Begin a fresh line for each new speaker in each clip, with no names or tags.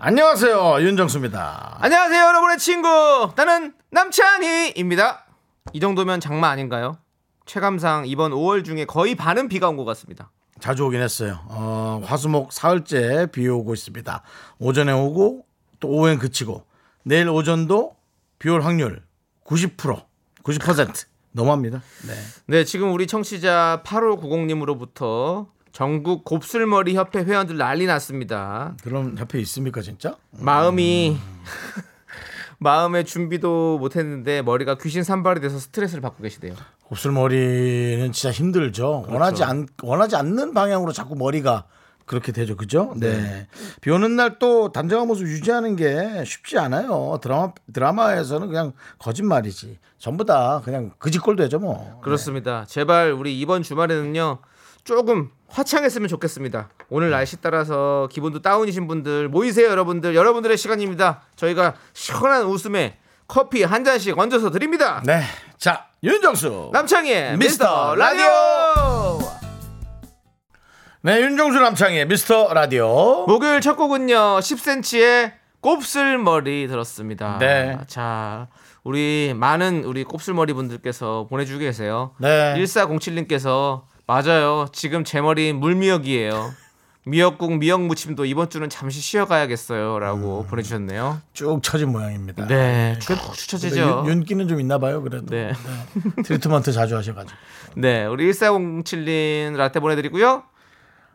안녕하세요 윤정수입니다.
안녕하세요, 여러분의 친구. 나는 남찬희입니다. 이 정도면 장마 아닌가요? 체감상 이번 5월 중에 거의 반은 비가 온 것 같습니다.
자주 오긴 했어요. 어, 화수목 사흘째 비 오고 있습니다. 오전에 오고 또 오후엔 그치고 내일 오전도 비 올 확률 90% 90% 너무합니다. 네.
네, 지금 우리 청취자 8590님으로부터 전국 곱슬머리 협회 회원들 난리 났습니다.
그럼 협회 있습니까 진짜?
마음이 마음의 준비도 못했는데 머리가 귀신 산발이 돼서 스트레스를 받고 계시대요.
곱슬머리는 진짜 힘들죠.
그렇죠.
원하지 않 원하지 않는 방향으로 자꾸 머리가 그렇게 되죠, 그죠? 네. 비 오는 날 또 단정한 모습 유지하는 게 쉽지 않아요. 드라마 드라마에서는 그냥 거짓말이지. 전부 다 그냥 그짓골 되죠, 뭐.
그렇습니다. 제발 우리 이번 주말에는요 조금 화창했으면 좋겠습니다. 오늘 날씨 따라서 기분도 다운이신 분들 모이세요, 여러분들. 여러분들의 시간입니다. 저희가 시원한 웃음에 커피 한 잔씩 얹어서 드립니다.
네. 자, 윤정수.
남창희
미스터
미스터 라디오.
네, 윤정수 남창의 미스터 라디오.
목요일 첫 곡은요 10cm의 곱슬머리 들었습니다.
네.
자 우리 많은 우리 곱슬머리 분들께서 보내주고 계세요.
네.
1407님께서 맞아요. 지금 제 머리 물미역이에요. 미역국 미역 무침도 이번 주는 잠시
음.
쉬어가야겠어요라고 보내주셨네요.
쭉 처진 모양입니다.
네, 쭉
근데
추쳐지죠.
윤, 기는좀 있나 봐요, 그래도.
네.
네. 트리트먼트 자주 하셔 가지고.
네, 우리 1407님 라떼 보내드리고요.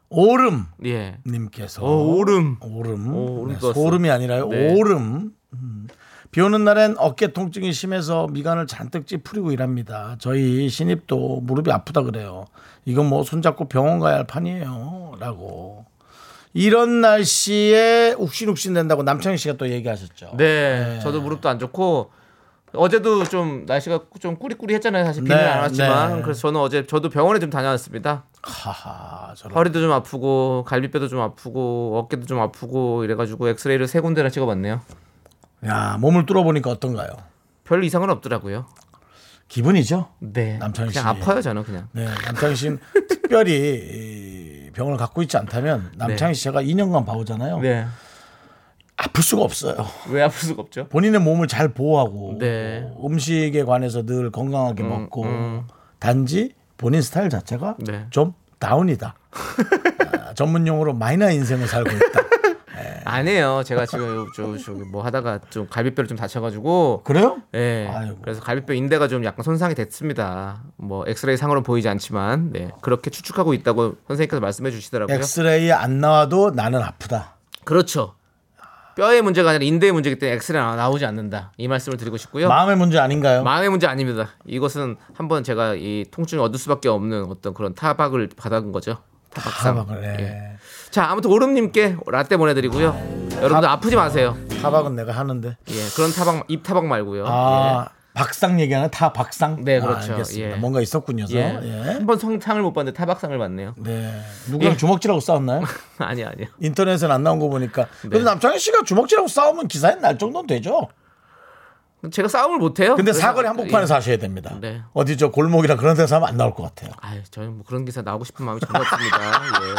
오름
예.
님께서
오, 오름.
오름.
오, 오름도
네,
왔어요.
소름이 아니라요.
네.
오름. 음. 비 오는 날엔 어깨 통증이 심해서 미간을 잔뜩 찌푸리고 일합니다. 저희 신입도 무릎이 아프다 그래요. 이건 뭐 손잡고 병원 가야 할 판이에요. 라고. 이런 날씨에 욱신욱신 된다고 남창희 씨가 또 얘기하셨죠.
네, 저도 무릎도 안 좋고 어제도 좀 날씨가 좀 꾸리꾸리했잖아요. 사실 비는
네,
안 왔지만
네.
그래서 저는 어제 저도 병원에 좀 다녀왔습니다.
하하. 저런.
허리도 좀 아프고 갈비뼈도 좀 아프고 어깨도 좀 아프고 이래가지고 엑스레이를 세 군데나 찍어봤네요.
야, 몸을 뚫어보니까 어떤가요?
별 이상은 없더라고요.
기분이죠?
네,
남창희
그냥
씨.
아파요 저는 그냥.
네, 남창희 씨는 특별히 이 병을 갖고 있지 않다면 남창희 씨가 2년간 봐오잖아요.
네,
아플 수가 없어요.
왜 아플 수가 없죠?
본인의 몸을 잘 보호하고
네. 음,
음식에 관해서 늘 건강하게 먹고 단지 본인 스타일 자체가
네.
좀 다운이다. 아, 전문 용어로 마이너 인생을 살고 있다. 네.
아니에요. 제가 지금 저, 저기 뭐 하다가 좀 갈비뼈를 좀 다쳐가지고
그래요?
예.
아이고.
그래서 갈비뼈 인대가 좀 약간 손상이 됐습니다. 뭐 엑스레이 상으로는 보이지 않지만 네. 그렇게 추측하고 있다고 선생님께서 말씀해 주시더라고요.
엑스레이 안 나와도 나는 아프다.
그렇죠. 뼈의 문제가 아니라 인대의 문제이기 때문에 엑스레이 나- 나오지 않는다. 이 말씀을 드리고 싶고요.
마음의 문제 아닌가요?
마음의 문제 아닙니다. 이것은 한번 제가 이 통증을 얻을 수밖에 없는 어떤 그런 타박을 받은 거죠. 타박상.
타박을 예. 해.
자, 아무튼 오름님께 라떼 보내드리고요. 여러분들 아프지 마세요.
타박은 내가 하는데.
예, 그런 타박 입 타박 말고요.
아 박상 얘기하나 타 박상?
어, 예. 네,
아,
그렇죠.
알겠습니다.
예.
뭔가 있었군요. 저.
예.
예.
한번 성상을 못 봤는데 타박상을 봤네요.
네.
예.
누구랑 주먹질하고 싸웠나요?
아니 아니요.
인터넷에 안 나온 거 보니까.
네.
근데 남창희 씨가 주먹질하고 싸우면 기사에 날 정도는 되죠.
제가 싸움을 못 해요.
근데
그래서-
사거리 한복판에서
예.
하셔야 됩니다.
네.
어디 저 골목이나 그런 데서 하면 안 나올 것 같아요.
아유, 저는 뭐 그런 기사 나오고 싶은 마음이 전혀 없습니다. 예.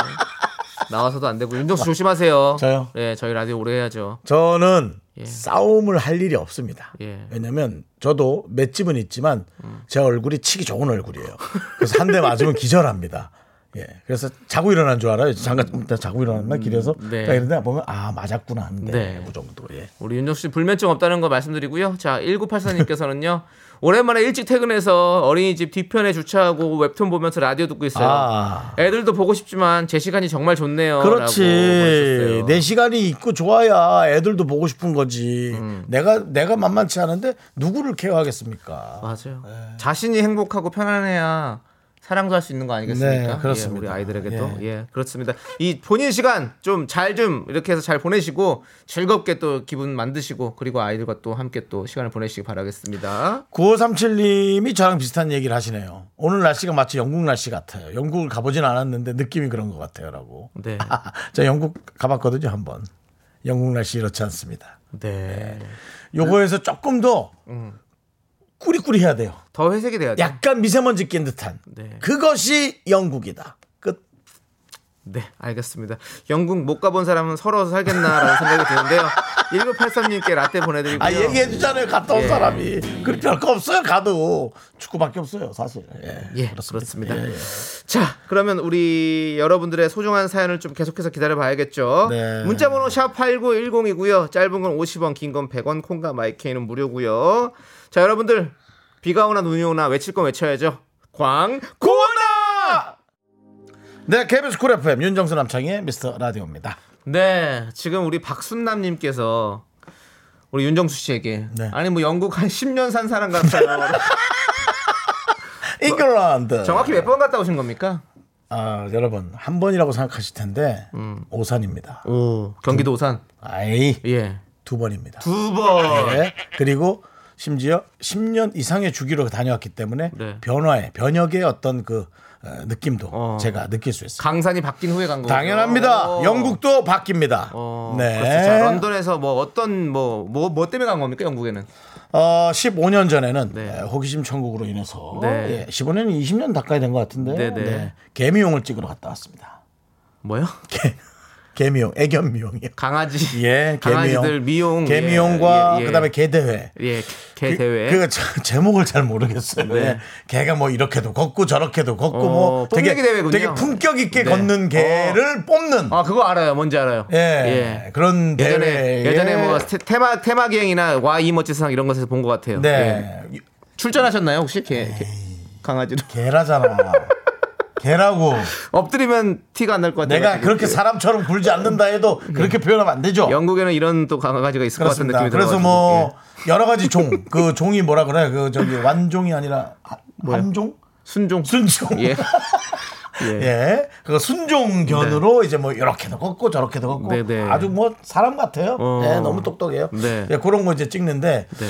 나와서도 안 되고 윤정수 조심하세요.
아, 저요?
예, 저희 라디오 오래 해야죠.
저는 싸움을 할 일이 없습니다.
예. 음.
왜냐면 저도 맷집은 있지만 제 얼굴이 치기 좋은 얼굴이에요. 그래서 한 대 맞으면 기절합니다. 예. 그래서 자고 일어난 줄 알아요. 잠깐 좀 있다 자고 일어났나 길에서
네.
딱 이러다 보면 아 맞았구나 한데
네.
그 정도. 예.
우리 윤정수 씨 불면증 없다는 거 말씀드리고요. 자, 1984님께서는요. 오랜만에 일찍 퇴근해서 어린이집 뒤편에 주차하고 웹툰 보면서 라디오 듣고 있어요.
아.
애들도 보고 싶지만 제 시간이 정말 좋네요.
그렇지.
라고 보내주셨어요.
내 시간이 있고 좋아야 애들도 보고 싶은 거지.
음.
내가 내가 만만치 않은데 누구를 케어하겠습니까?
맞아요. 자신이 행복하고 편안해야 사랑도 할 수 있는 거 아니겠습니까?
네, 그렇습니다.
예, 우리 아이들에게도
예.
예. 그렇습니다. 이 본인 시간 좀 잘 좀 이렇게 해서 잘 보내시고 즐겁게 또 기분 만드시고 그리고 아이들과 또 함께 또 시간을 보내시기 바라겠습니다.
9537님이 저랑 비슷한 얘기를 하시네요. 오늘 날씨가 마치 영국 날씨 같아요. 영국을 가보진 않았는데 느낌이 그런 것 같아요라고.
네,
저 영국 가봤거든요 한번. 영국 날씨 이렇지 않습니다.
네.
요거에서 조금 더
음.
꾸리꾸리해야 돼요.
더 회색이 돼야 돼.
약간 미세먼지 낀 듯한
네.
그것이 영국이다. 끝.
네, 알겠습니다. 영국 못 가본 사람은 서러워서 살겠나라는 생각이 드는데요. 1983님께 라떼 보내드리고요.
아 얘기해 주잖아요. 갔다 온
예.
사람이. 그리 별거 없어요. 가도 축구밖에 없어요. 사실. 예,
예, 그렇습니다.
예, 예.
자, 그러면 우리 여러분들의 소중한 사연을 좀 계속해서 기다려 봐야겠죠.
네.
문자 번호 샵 8910이고요. 짧은 건 50원, 긴 건 100원, 콩과 마이케이는 무료고요. 자, 여러분들 비가 오나 눈이 오나 외칠 건 외쳐야죠. 광고나!
네, KBS 쿨 FM 윤정수 남창의 미스터 라디오입니다.
네, 지금 우리 박순남님께서 우리 윤정수 씨에게
네.
아니 뭐 영국 한 10년 산 사람 같아요.
잉글랜드.
정확히 몇 번 갔다 오신 겁니까?
아, 여러분 한 번이라고 생각하실 텐데
음.
오산입니다.
오, 경기도 오산.
아이
예,
두 번입니다.
두 번.
네. 그리고 심지어 10년 이상의 주기로 다녀왔기 때문에
네.
변화의 변혁의 어떤 그 어, 느낌도
어.
제가 느낄 수 있어요.
강산이 바뀐 후에 간 거고.
당연합니다. 영국도 바뀝니다.
어,
네.
그렇죠. 자, 런던에서 뭐 어떤 뭐 뭐 뭐 때문에 간 겁니까 영국에는?
어, 15년 전에는
네.
예, 호기심 천국으로 인해서
네.
예, 15년이 20년 가까이 된 것 같은데
네, 네.
네, 개미용을 찍으러 갔다 왔습니다.
뭐요?
개, 개미용, 애견 미용이요.
강아지.
예,
강아지들
개미용.
미용.
개미용과
예, 예.
그다음에 개대회.
예, 개
그-
대회.
그, 저- 제목을 잘 모르겠어요.
네.
예. 개가 뭐 이렇게도 걷고 저렇게도 걷고
어,
뭐 되게
뽐내기 대회군요.
되게 품격 있게
네.
걷는 개를 뽑는
아 그거 알아요. 뭔지 알아요.
예. 그런
예전에
대회에-
예전에 뭐 스테- 테마 테마 기행이나 와 이 멋진 세상 이런 것에서 본 것 같아요. 예.
네.
출전하셨나요 혹시 개, 개- 강아지로?
개라잖아. 개라고
엎드리면 티가 안 날 것 같아요. 예. 네.
내가 그렇게 사람처럼 굴지 않는다 해도 그렇게 표현하면 안 되죠.
영국에는 이런 또 강아지가 있을 것
그렇습니다.
같은 느낌이 예.
그래서
들어요.
뭐 여러 가지 종 그 종이 뭐라 그래 그 저기 완종이 아니라 하- 한종
순종.
순종
예.
예.
예.
그 순종견으로 이제 뭐 이렇게도 걷고 저렇게도 걷고
네, 네.
아주 뭐 사람 같아요.
어.
예, 너무 똑똑해요.
네.
예, 그런 거 이제 찍는데
네.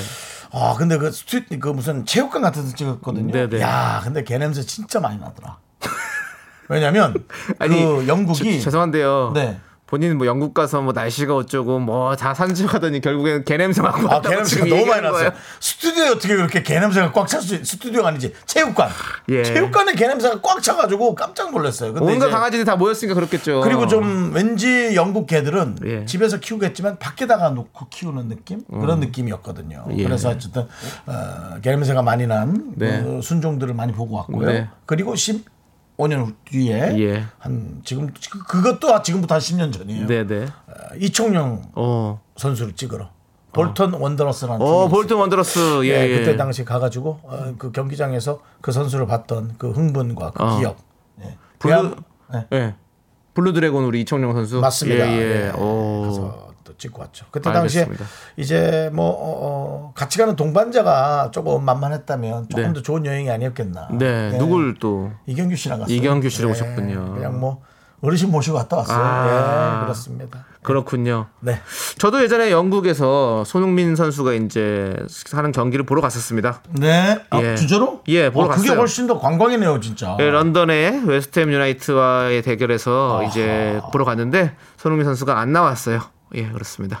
아 근데 그 스튜 그 무슨 체육관 같은 데서 찍었거든요.
네, 네.
야 근데 걔 냄새 진짜 많이 나더라. 왜냐면
아니,
그 영국이
죄- 죄송한데요.
네.
본인 뭐 영국 가서 뭐 날씨가 어쩌고 뭐 다 산책하더니 결국에는 개 냄새 맡고
아,
왔다고
개냄새가
지금
너무 많이
얘기하는
났어요.
거예요.
스튜디오에 어떻게 그렇게 개냄새가 꽉 찰 수, 스튜디오가 아니지, 체육관.
예.
체육관에 개냄새가 꽉 차가지고 깜짝 놀랐어요. 근데
온갖
이제-
강아지들이 다 모였으니까 그렇겠죠.
그리고 좀 왠지 영국 개들은
예. 어.
집에서 키우겠지만 밖에다가 놓고 키우는 느낌? 그런 느낌이었거든요.
예.
그래서 어쨌든, 어, 개냄새가 많이 난
네.
그 순종들을 많이 보고 왔고요.
네.
그리고 15년 뒤에
예.
한 지금 그것도 지금부터 한 10년 전이에요.
네네.
어, 이청용
어.
선수를 찍으러 볼턴 원더러스라는
어
팀이 있어요.
볼튼 원더러스 예.
예,
예.
그때 당시 가가지고 어, 그 경기장에서 그 선수를 봤던 그 흥분과 그
어.
기억. 예.
블루-
그냥- 예,
예. 블루 드래곤 우리 이청용 선수.
맞습니다.
예.
예,
예. 오.
가서 또 찍고 왔죠. 그때
알겠습니다.
당시에 이제 뭐 어, 어, 같이 가는 동반자가 조금 만만했다면 조금
네.
더 좋은 여행이 아니었겠나.
네.
예.
누굴 또
이경규 씨랑 갔어요.
이경규 씨를
예,
오셨군요.
그냥 뭐 어르신 모시고 갔다 왔어요.
아.
예, 그렇습니다.
그렇군요.
네.
저도 예전에 영국에서 손흥민 선수가 이제 하는 경기를 보러 갔었습니다.
네. 아,
예.
주제로?
예, 보러
어, 그게
갔어요.
훨씬 더 관광이네요, 진짜.
예, 런던의 웨스트햄 유나이트와의 대결에서
아. 아하.
이제 보러 갔는데 손흥민 선수가 안 나왔어요. 예, 그렇습니다.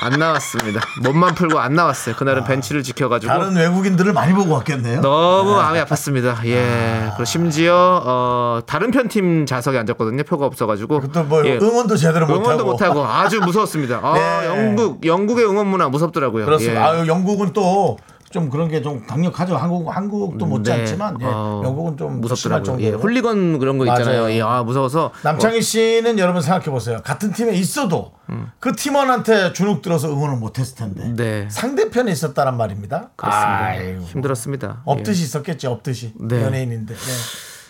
안 나왔습니다. 몸만 풀고 안 나왔어요. 그날은 벤치를 지켜가지고
아. 다른 외국인들을 많이 보고 왔겠네요.
너무 마음이 아팠습니다. 예, 그리고 심지어 어, 다른 편 팀 좌석에 앉았거든요. 표가 없어가지고
그것도 뭐
예,
응원도 제대로
응원도
못하고.
못하고 아주 무서웠습니다. 아,
네.
영국 영국의 응원 문화 무섭더라고요.
그렇습니다.
예.
아유, 영국은 또 좀 그런 게 좀 강력하죠. 한국 한국도 못지않지만 예,
어,
영국은 좀 심할
무섭더라고요.
정도로.
예, 홀리건 그런 거 있잖아요.
맞아요.
예, 아 무서워서
남창희 씨는 여러분 생각해 보세요. 같은 팀에 있어도 그 팀원한테 주눅 들어서 응원을 못했을 텐데
음. 네.
상대편에 있었다란 말입니다.
그렇습니다.
아유,
힘들었습니다. 예.
업듯이 있었겠지, 업듯이
네.
연예인인데. 네.
예.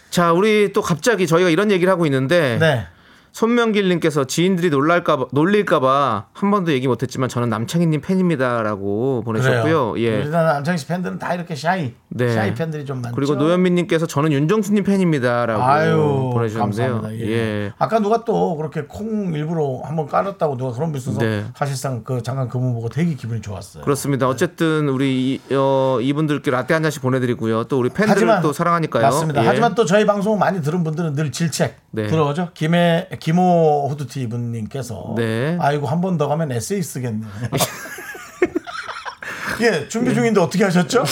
자, 우리 또 갑자기 저희가 이런 얘기를 하고 있는데
네.
손명길님께서 지인들이 놀랄까 놀릴까봐 한 번도 얘기 못했지만 저는 남창희님 팬입니다라고 보내셨고요.
그래요.
예.
우리나라 남창희 씨 팬들은 다 이렇게 샤이.
네.
샤이 팬들이 좀 많죠.
그리고 노현민님께서 저는 윤정수님 팬입니다라고
아유
보내주셨는데요.
감사합니다. 예.
예.
아까 누가 또 그렇게 콩 일부러 한번 깔았다고 누가 그런 분있어서
네.
사실상 그 잠깐 그분 보고 되게 기분이 좋았어요.
그렇습니다. 어쨌든 우리 이, 어, 이분들께 라떼 한 잔씩 보내드리고요. 또 우리 팬들을
하지만
또 사랑하니까요.
맞습니다.
예.
하지만 또 저희 방송 많이 들은 분들은 늘 질책
네.
들어오죠. 김해 김호 호두티 이분님께서
네.
아이고 한 번 더 가면 에세이 쓰겠네요. 예 준비 중인데 어떻게 하셨죠?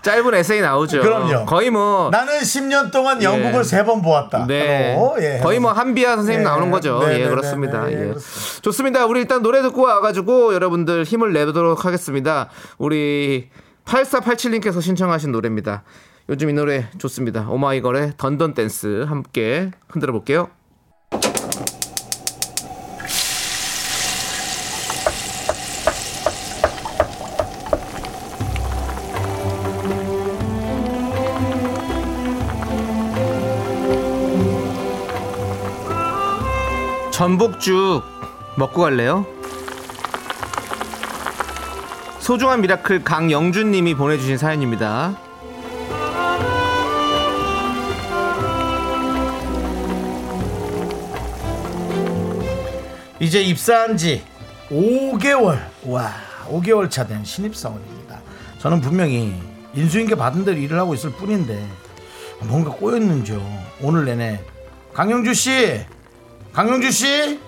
짧은 에세이 나오죠.
그럼요.
거의 뭐
나는 10년 동안 영국을
예.
세 번 보았다.
네.
로, 예,
거의 뭐 한비야 선생님
예.
나오는 거죠.
네,
예,
네,
그렇습니다.
네, 네,
예.
그렇습니다.
좋습니다. 우리 일단 노래 듣고 와가지고 여러분들 힘을 내도록 하겠습니다. 우리 8487님께서 신청하신 노래입니다. 요즘 이 노래 좋습니다. 오마이걸의 던던 댄스 함께 흔들어 볼게요. 전복죽 먹고 갈래요? 소중한 미라클 강영준님이 보내주신 사연입니다.
이제 입사한 지 5개월 와 5개월 차 된 신입사원입니다 저는 분명히 인수인계 받은 대로 일을 하고 있을 뿐인데 뭔가 꼬였는지요 오늘 내내 강영주 씨 강영주 씨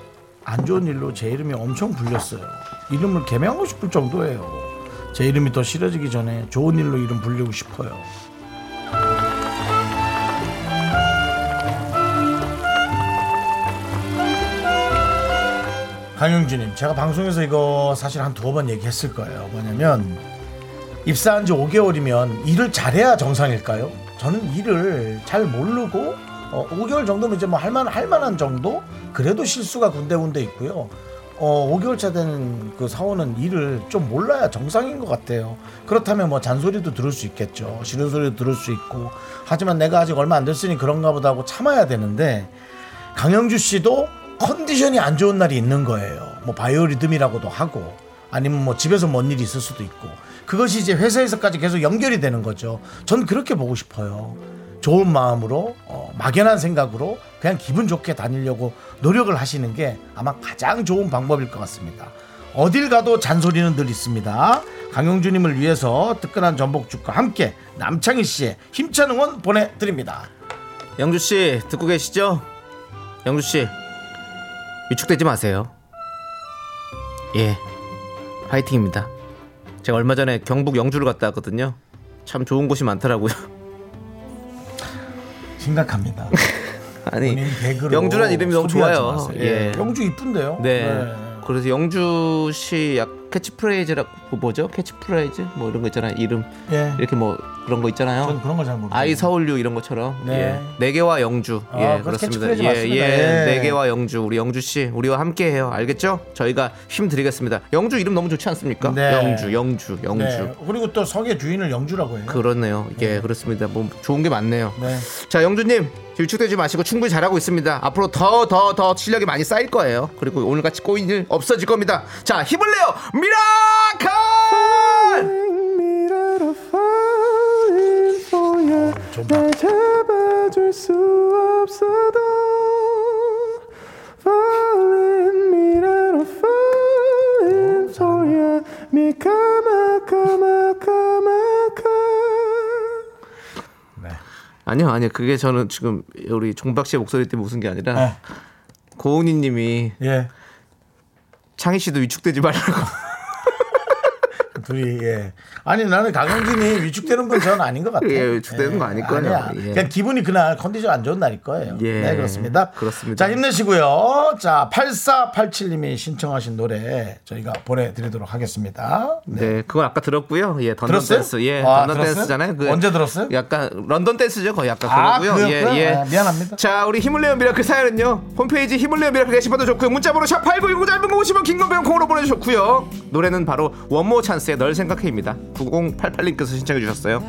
안 좋은 일로 제 이름이 엄청 불렸어요 이름을 개명하고 싶을 정도예요 제 이름이 더 싫어지기 전에 좋은 일로 이름 불리고 싶어요 강영주님, 제가 방송에서 이거 사실 한 두어 번 얘기했을 거예요. 뭐냐면 입사한 지 5개월이면 일을 잘해야 정상일까요? 저는 일을 잘 모르고 어, 5개월 정도면 이제 뭐 할만 할만한 정도 그래도 실수가 군데군데 있고요. 어, 5개월 차 된 그 사원은 일을 좀 몰라야 정상인 것 같아요. 그렇다면 뭐 잔소리도 들을 수 있겠죠. 싫은 소리도 들을 수 있고. 하지만 내가 아직 얼마 안 됐으니 그런가 보다 하고 참아야 되는데 강영주 씨도 컨디션이 안 좋은 날이 있는 거예요. 뭐 바이오리듬이라고도 하고 아니면 뭐 집에서 뭔 일이 있을 수도 있고 그것이 이제 회사에서까지 계속 연결이 되는 거죠. 전 그렇게 보고 싶어요. 좋은 마음으로 어, 막연한 생각으로 그냥 기분 좋게 다니려고 노력을 하시는 게 아마 가장 좋은 방법일 것 같습니다. 어딜 가도 잔소리는 늘 있습니다. 강영주님을 위해서 뜨끈한 전복죽과 함께 남창희 씨의 힘찬 응원 보내드립니다.
영주 씨 듣고 계시죠? 영주 씨 위축되지 마세요. 예, 파이팅입니다. 제가 얼마 전에 경북 영주를 갔다 왔거든요. 참 좋은 곳이 많더라고요.
심각합니다.
아니
본인 개그로
영주란 이름이 너무
소비하지
좋아요.
마세요.
예.
영주 이쁜데요.
네. 그래서 영주 씨약 캐치프레이즈라고 뭐죠? 캐치프레이즈 뭐 이런 거 있잖아요. 이름
예.
이렇게 뭐 그런 거 있잖아요.
전 그런 걸 잘 모르겠어요.
아이 서울류 이런 것처럼
네.
네, 네 개와 영주
아,
예
그래서
그렇습니다
캐치프레이즈 맞습니다. 예.
예예네 개와 영주 우리 영주 씨 우리와 함께해요 알겠죠 저희가 힘 드리겠습니다 영주 이름 너무 좋지 않습니까
네.
영주 영주 영주
네. 그리고 또 석의 주인을 영주라고 해요.
그렇네요 예 그렇습니다 뭐 좋은 게 많네요
네.
자 영주님 위축되지 마시고 충분히 잘하고 있습니다 앞으로 더 더 더 실력이 많이 쌓일 거예요 그리고 오늘같이 꼬인 일 없어질 겁니다 자 힘을 내요 미라클
좀 봐.
아니요 아니요 그게 저는 지금 우리 종박 씨의 목소리 때문에 웃은 게 아니라
네.
고은희님이
예.
창희 씨도 위축되지 말라고.
둘이 예. 아니 나는 강영진이 위축되는 건 전 아닌 것 같아요.
예, 위축되는 거 아닐 거예요.
아니야.
예.
그냥 기분이 그날 컨디션 안 좋은 날일 거예요.
예.
네, 그렇습니다.
그렇습니다.
자, 힘내시고요. 자, 8487님이 신청하신 노래 저희가 보내드리도록 하겠습니다.
네, 그건 아까 들었고요. 예, 던던
들었어요?
댄스. 예,
아,
던던
들었어요?
댄스잖아요. 그
언제 들었어요?
약간 런던 댄스죠, 거의 약간
아,
그거고요. 예,
그거였구나. 아, 미안합니다.
자, 우리 힘을 내요 미라클 사연은요. 홈페이지 힘을 내요 미라클 게시판도 좋고요. 문자번호 샵 #8910 짧은 거 50원, 긴건 100원 콩으로 보내주셨고요. 노래는 바로 원모 찬스의 널 생각해입니다. 9088님께서 신청해 주셨어요.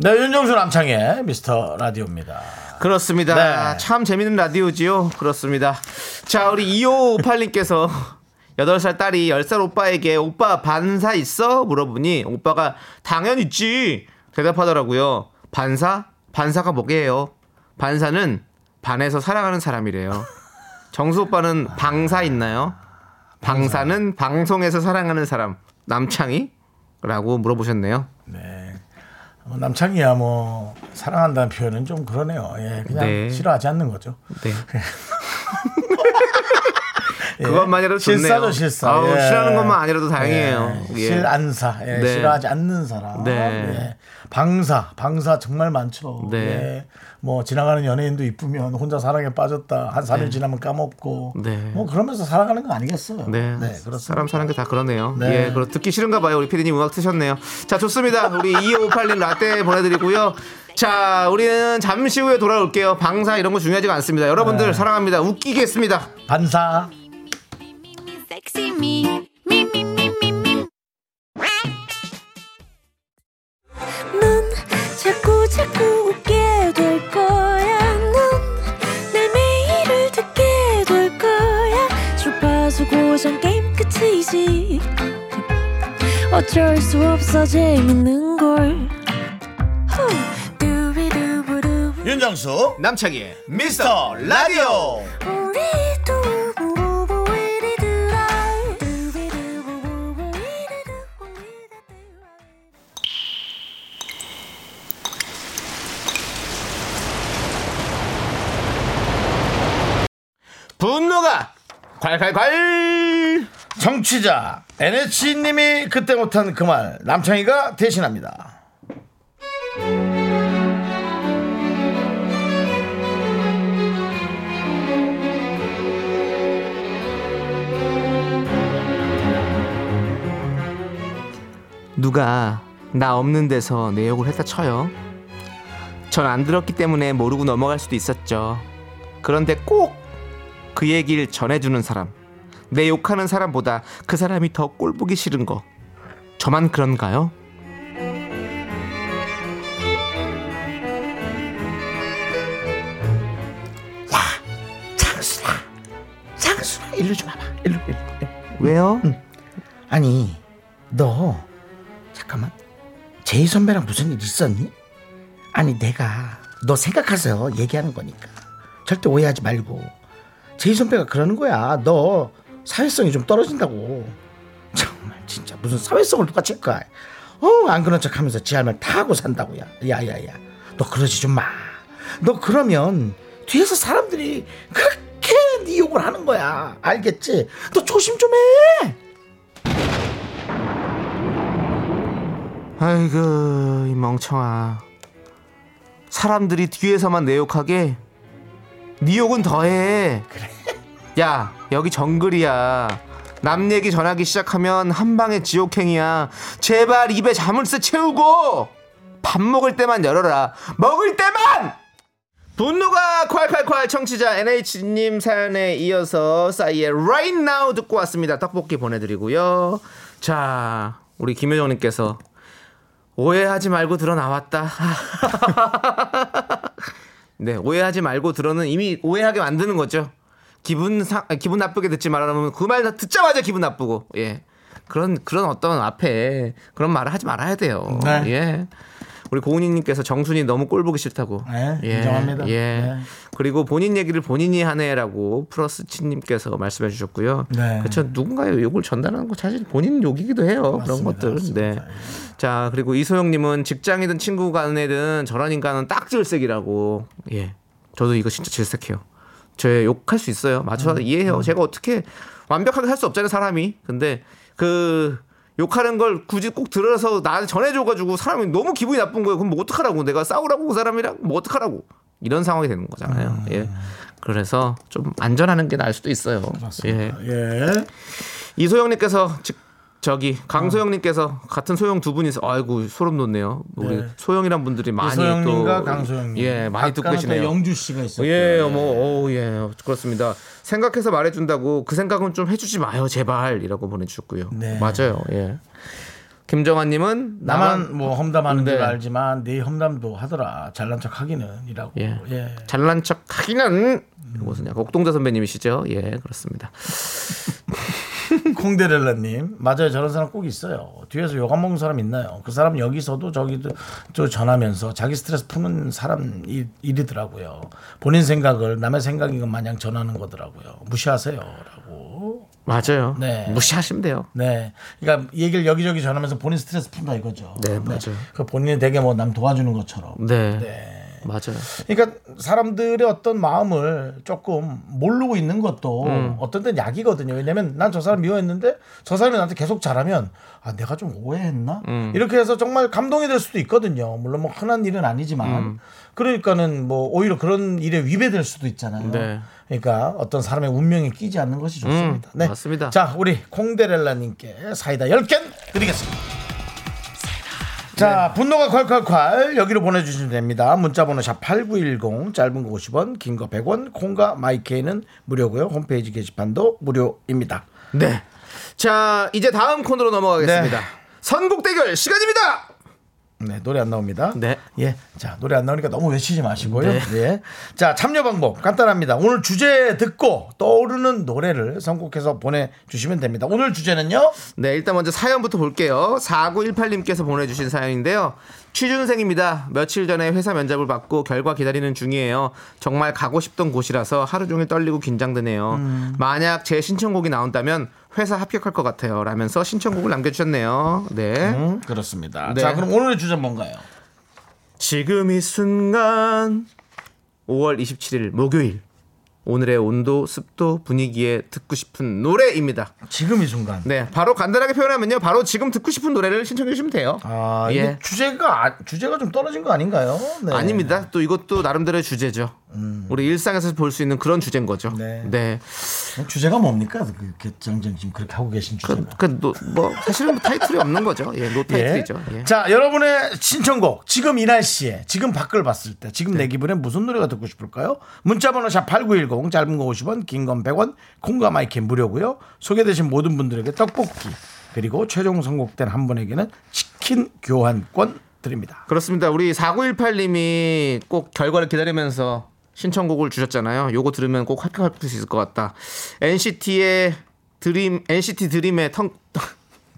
네, 윤정수 남창의 미스터 라디오입니다.
그렇습니다.
네.
참 재밌는 라디오지요. 그렇습니다. 자, 우리 2558님께서 8살 딸이 10살 오빠에게 오빠 반사 있어? 물어보니 오빠가 당연 있지. 대답하더라고요. 반사? 반사가 뭐게요? 반사는 반에서 사랑하는 사람이래요. 정수 오빠는 방사 있나요? 방사는 방송에서 사랑하는 사람. 남창이? 라고 물어보셨네요.
어, 남창이야 뭐 사랑한다는 표현은 좀 그러네요. 예, 그냥
네.
싫어하지 않는 거죠.
네.
예.
그것만이라도 좋네요.
실사죠 실사.
아우, 싫어하는 것만 아니라도 다행이에요.
예.
예.
실안사, 예,
네.
싫어하지 않는 사람.
네.
예. 방사, 방사 정말 많죠.
네.
예. 뭐 지나가는 연예인도 이쁘면 혼자 사랑에 빠졌다 한 3일 지나면 까먹고
네.
뭐 그러면서 살아가는 거 아니겠어요.
네.
그렇습니다.
사람 사는 게 다 그러네요.
네.
예, 그렇 듣기 싫은가 봐요. 우리 피디님 음악 트셨네요. 자, 좋습니다. 우리 2558님 라떼 보내드리고요. 자, 우리는 잠시 후에 돌아올게요. 방사 이런 거 중요하지가 않습니다. 여러분들
네.
사랑합니다. 웃기겠습니다.
반사.
Sexy me, me, me, me, me, me.
넌 자꾸 자꾸 웃게 될 거야. 넌내 매일을 듣게 될 거야. 주파수 고정 게임 끝이지. 어쩔 수 없어 재밌는 걸. 후. 두비두부두.
윤정수
남창희의 미스터 라디오.
우리 두부부부 우리 두라. 두비두부부부 우리 두부 우리 두라.
분노가 콸콸콸.
정취자 NH님이 그때 못한 그 말 남창희가 대신합니다.
누가 나 없는 데서 내 욕을 했다 쳐요. 전 안 들었기 때문에 모르고 넘어갈 수도 있었죠. 그런데 꼭 그 얘기를 전해주는 사람, 내 욕하는 사람보다 그 사람이 더 꼴보기 싫은 거. 저만 그런가요?
장수라, 장수라, 일로 좀 와봐. 일로, 일로.
왜요?
아니 너 잠깐만 제이 선배랑 무슨 일 있었니? 아니 내가 너 생각해서 얘기하는 거니까 절대 오해하지 말고 제이 선배가 그러는 거야 너 사회성이 좀 떨어진다고 정말 진짜 무슨 사회성을 누가 체크해 어안 그런 척하면서 지 할 말 다 하고 산다고야 야야야 너 그러지 좀마너 그러면 뒤에서 사람들이 그렇게 네 욕을 하는 거야 알겠지 너 조심 좀해
아이고 이 멍청아. 사람들이 뒤에서만 내 욕하게. 네 욕은 더해. 야 여기 정글이야. 남 얘기 전하기 시작하면 한 방에 지옥행이야. 제발 입에 자물쇠 채우고 밥 먹을 때만 열어라. 먹을 때만. 분노가 콸콸콸 청취자 NH님 사연에 이어서 싸이의 Right Now 듣고 왔습니다. 떡볶이 보내드리고요. 자, 우리 김효정님께서 오해하지 말고 들어 나왔다. 네, 오해하지 말고 들어는 이미 오해하게 만드는 거죠. 기분 상, 아니, 기분 나쁘게 듣지 말라면 그 말 듣자마자 기분 나쁘고 예 그런 그런 어떤 앞에 그런 말을 하지 말아야 돼요.
네.
예. 우리 고은희님께서 정순이 너무 꼴 보기 싫다고.
네, 인정합니다.
예.
네.
그리고 본인 얘기를 본인이 하네라고 플러스치님께서 말씀해 주셨고요.
네.
그렇죠. 누군가의 욕을 전달하는 거 사실 본인 욕이기도 해요. 그런
맞습니다.
것들.
맞습니다.
네. 자 그리고 이소영님은 직장이든 친구 간에든 저런 인간은 딱 질색이라고. 예. 저도 이거 진짜 질색해요. 제 욕할 수 있어요. 맞춰
음,
이해해요. 제가 어떻게 완벽하게 할 수 없잖아요, 사람이. 근데 그 욕하는 걸 굳이 꼭 들어서 나한테 전해줘가지고 사람이 너무 기분이 나쁜 거예요. 그럼 뭐 어떡하라고? 내가 싸우라고 그 사람이랑 뭐 어떡하라고? 이런 상황이 되는 거잖아요.
음.
예. 그래서 좀 안전하는 게 나을 수도 있어요. 예.
예.
이소영님께서 즉 저기
음.
강소영님께서 같은 소영 두 분이서 아이고 소름 돋네요. 우리
네.
소영이란 분들이 많이
이소영님과
또
강소영님.
예 많이 듣고
아까는 또
계시네요.
영주 씨가 있었고.
예, 어머, 어우, 예, 그렇습니다. 생각해서 말해준다고 그 생각은 좀 해주지 마요, 제발 이라고 보내주셨고요.
네.
맞아요, 예. 김정환님은
나만 뭐 험담하는
네.
줄 알지만 네 험담도 하더라. 잘난 척 하기는이라고.
예.
예.
잘난 척 하기는 이것은 약간 옥동자 선배님이시죠? 예, 그렇습니다.
콩데렐라님 맞아요. 저런 사람 꼭 있어요. 뒤에서 욕안 먹는 사람 있나요? 그 사람 여기서도 저기도 저 전하면서 자기 스트레스 푸는 사람 이- 일이더라고요. 본인 생각을 남의 생각인 것 마냥 전하는 거더라고요. 무시하세요라고.
맞아요.
네.
무시하시면 돼요.
네, 그러니까 얘기를 여기저기 전하면서 본인 스트레스 푼다 이거죠.
네, 맞아요.
그 본인이 되게 뭐 남 도와주는 것처럼.
네.
네.
맞아요.
그러니까 사람들의 어떤 마음을 조금 모르고 있는 것도
음.
어떤 때는 약이거든요. 왜냐면 난 저 사람 미워했는데 저 사람이 나한테 계속 잘하면 아 내가 좀 오해했나
음.
이렇게 해서 정말 감동이 될 수도 있거든요. 물론 뭐 흔한 일은 아니지만
음.
그러니까는 뭐 오히려 그런 일에 위배될 수도 있잖아요.
네. 음.
그러니까 어떤 사람의 운명에 끼지 않는 것이 좋습니다. 네.
맞습니다.
자 우리 콩데렐라님께 사이다 10캔 드리겠습니다. 자,
네.
분노가 콸콸콸 여기로 보내주시면 됩니다. 문자번호 샵 8910 짧은 거 50원, 긴 거 100원, 콩과 마이케이는 무료고요. 홈페이지 게시판도 무료입니다.
네. 자, 이제 다음 코너로 넘어가겠습니다.
네.
선곡 대결 시간입니다.
네, 노래 안 나옵니다.
네.
예. 자, 노래 안 나오니까 너무 외치지 마시고요. 예. 자, 참여 방법 간단합니다. 오늘 주제 듣고 떠오르는 노래를 선곡해서 보내주시면 됩니다. 오늘 주제는요?
네, 일단 먼저 사연부터 볼게요. 4918님께서 보내주신 사연인데요. 취준생입니다. 며칠 전에 회사 면접을 받고 결과 기다리는 중이에요. 정말 가고 싶던 곳이라서 하루 종일 떨리고 긴장되네요. 만약 제 신청곡이 나온다면 회사 합격할 것 같아요. 라면서 신청곡을 남겨주셨네요. 네.
음, 그렇습니다.
네.
자, 그럼 오늘의 주제 는 뭔가요?
지금 이 순간 5월 27일 목요일 오늘의 온도, 습도, 분위기에 듣고 싶은 노래입니다.
지금 이 순간.
네, 바로 간단하게 표현하면요. 바로 지금 듣고 싶은 노래를 신청해 주시면 돼요.
아, 이게
예.
주제가 아- 주제가 좀 떨어진 거 아닌가요? 네. 음.
아닙니다. 또 이것도 나름대로의 주제죠. 우리 일상에서 볼 수 있는 그런 주제인 거죠.
네.
네.
뭐 주제가 뭡니까? 그 결정장 지금 그렇게 하고 계신 주제가.
그, 그, 노- 뭐, 사실은 뭐 타이틀이 없는 거죠. 예, 노 타이틀이죠. 예.
자, 여러분의 신청곡. 지금 이 날씨에, 지금 밖을 봤을 때, 지금
네.
내 기분에 무슨 노래가 듣고 싶을까요? 문자번호 샵8910, 짧은 거 50원, 긴 건 100원, 콩과 마이캔 무료고요 소개되신 모든 분들에게 떡볶이, 그리고 최종 선곡된 한 분에게는 치킨 교환권 드립니다.
그렇습니다. 우리 4918님이 꼭 결과를 기다리면서 신청곡을 주셨잖아요. 요거 들으면 꼭 합격할 수 있을 것 같다. NCT의 드림, NCT 드림의 턴,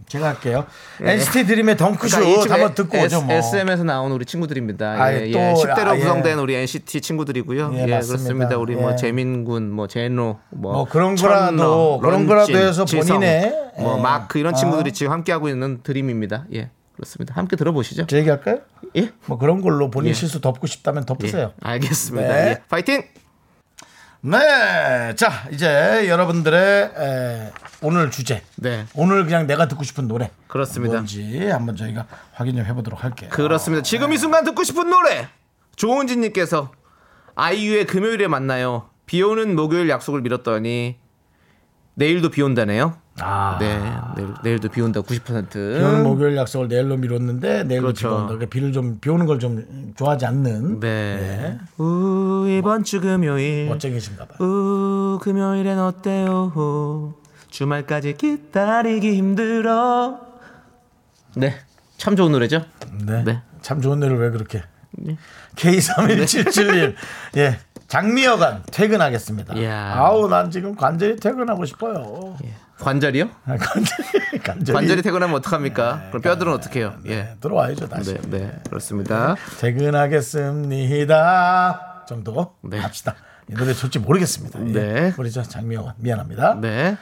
제가 할게요.
예.
NCT 드림의 덩크쇼
그러니까
한번 듣고 오죠, 뭐.
SM에서 나온 우리 친구들입니다.
아,
예, 예.
또,
10대로
아, 예.
구성된 우리 NCT 친구들이고요.
예,
예,
맞습니다.
그렇습니다. 우리 뭐
예.
재민군, 뭐 제노, 뭐,
뭐 그런
천러,
거라도, 그런
런쥔,
거라도 해서
지성,
본인의,
뭐
예.
마크 이런
아.
친구들이 지금 함께 하고 있는 드림입니다. 예, 그렇습니다. 함께 들어보시죠.
제 얘기할까요?
예,
뭐 그런 걸로 본인
예.
실수 덮고 싶다면 덮으세요.
예, 알겠습니다.
네.
예, 파이팅.
네, 자 이제 여러분들의 에, 오늘 주제,
네.
오늘 그냥 내가 듣고 싶은 노래
그렇습니다.
뭔지 한번 저희가 확인 좀 해보도록 할게요.
그렇습니다. 지금 이 순간 듣고 싶은 노래. 조은진님께서 아이유의 금요일에 만나요. 비오는 목요일 약속을 미뤘더니 내일도 비온다네요.
아,
네, 내일, 내일도 비 온다 90%.
비오는 목요일 약속을 내일로 미뤘는데 내일로
그렇죠.
비가 온다. 그러니까 비를 좀 비오는 걸 좀 좋아하지 않는
네. 우 이번 주 금요일.
멋쟁이신가 봐요.
우 금요일엔 어때요? 주말까지 기다리기 힘들어. 네, 참 좋은 노래죠.
네.
네.
참 좋은 노래를 왜 그렇게? K31771 예. 장미여관 퇴근하겠습니다.
이야.
아우 난 지금 관절이 퇴근하고 싶어요.
예. 관절이요?
아, 관절이 관절이,
관절이 퇴근하면 어떡합니까? 그럼 뼈들은 어떻게 해요? 예.
네, 들어와야죠 다시.
네, 네, 그렇습니다.
퇴근하겠습니다. 정도
네.
합시다. 이 노래 좋지 모르겠습니다. 예.
네.
우리 저 장미영원 미안합니다.
네.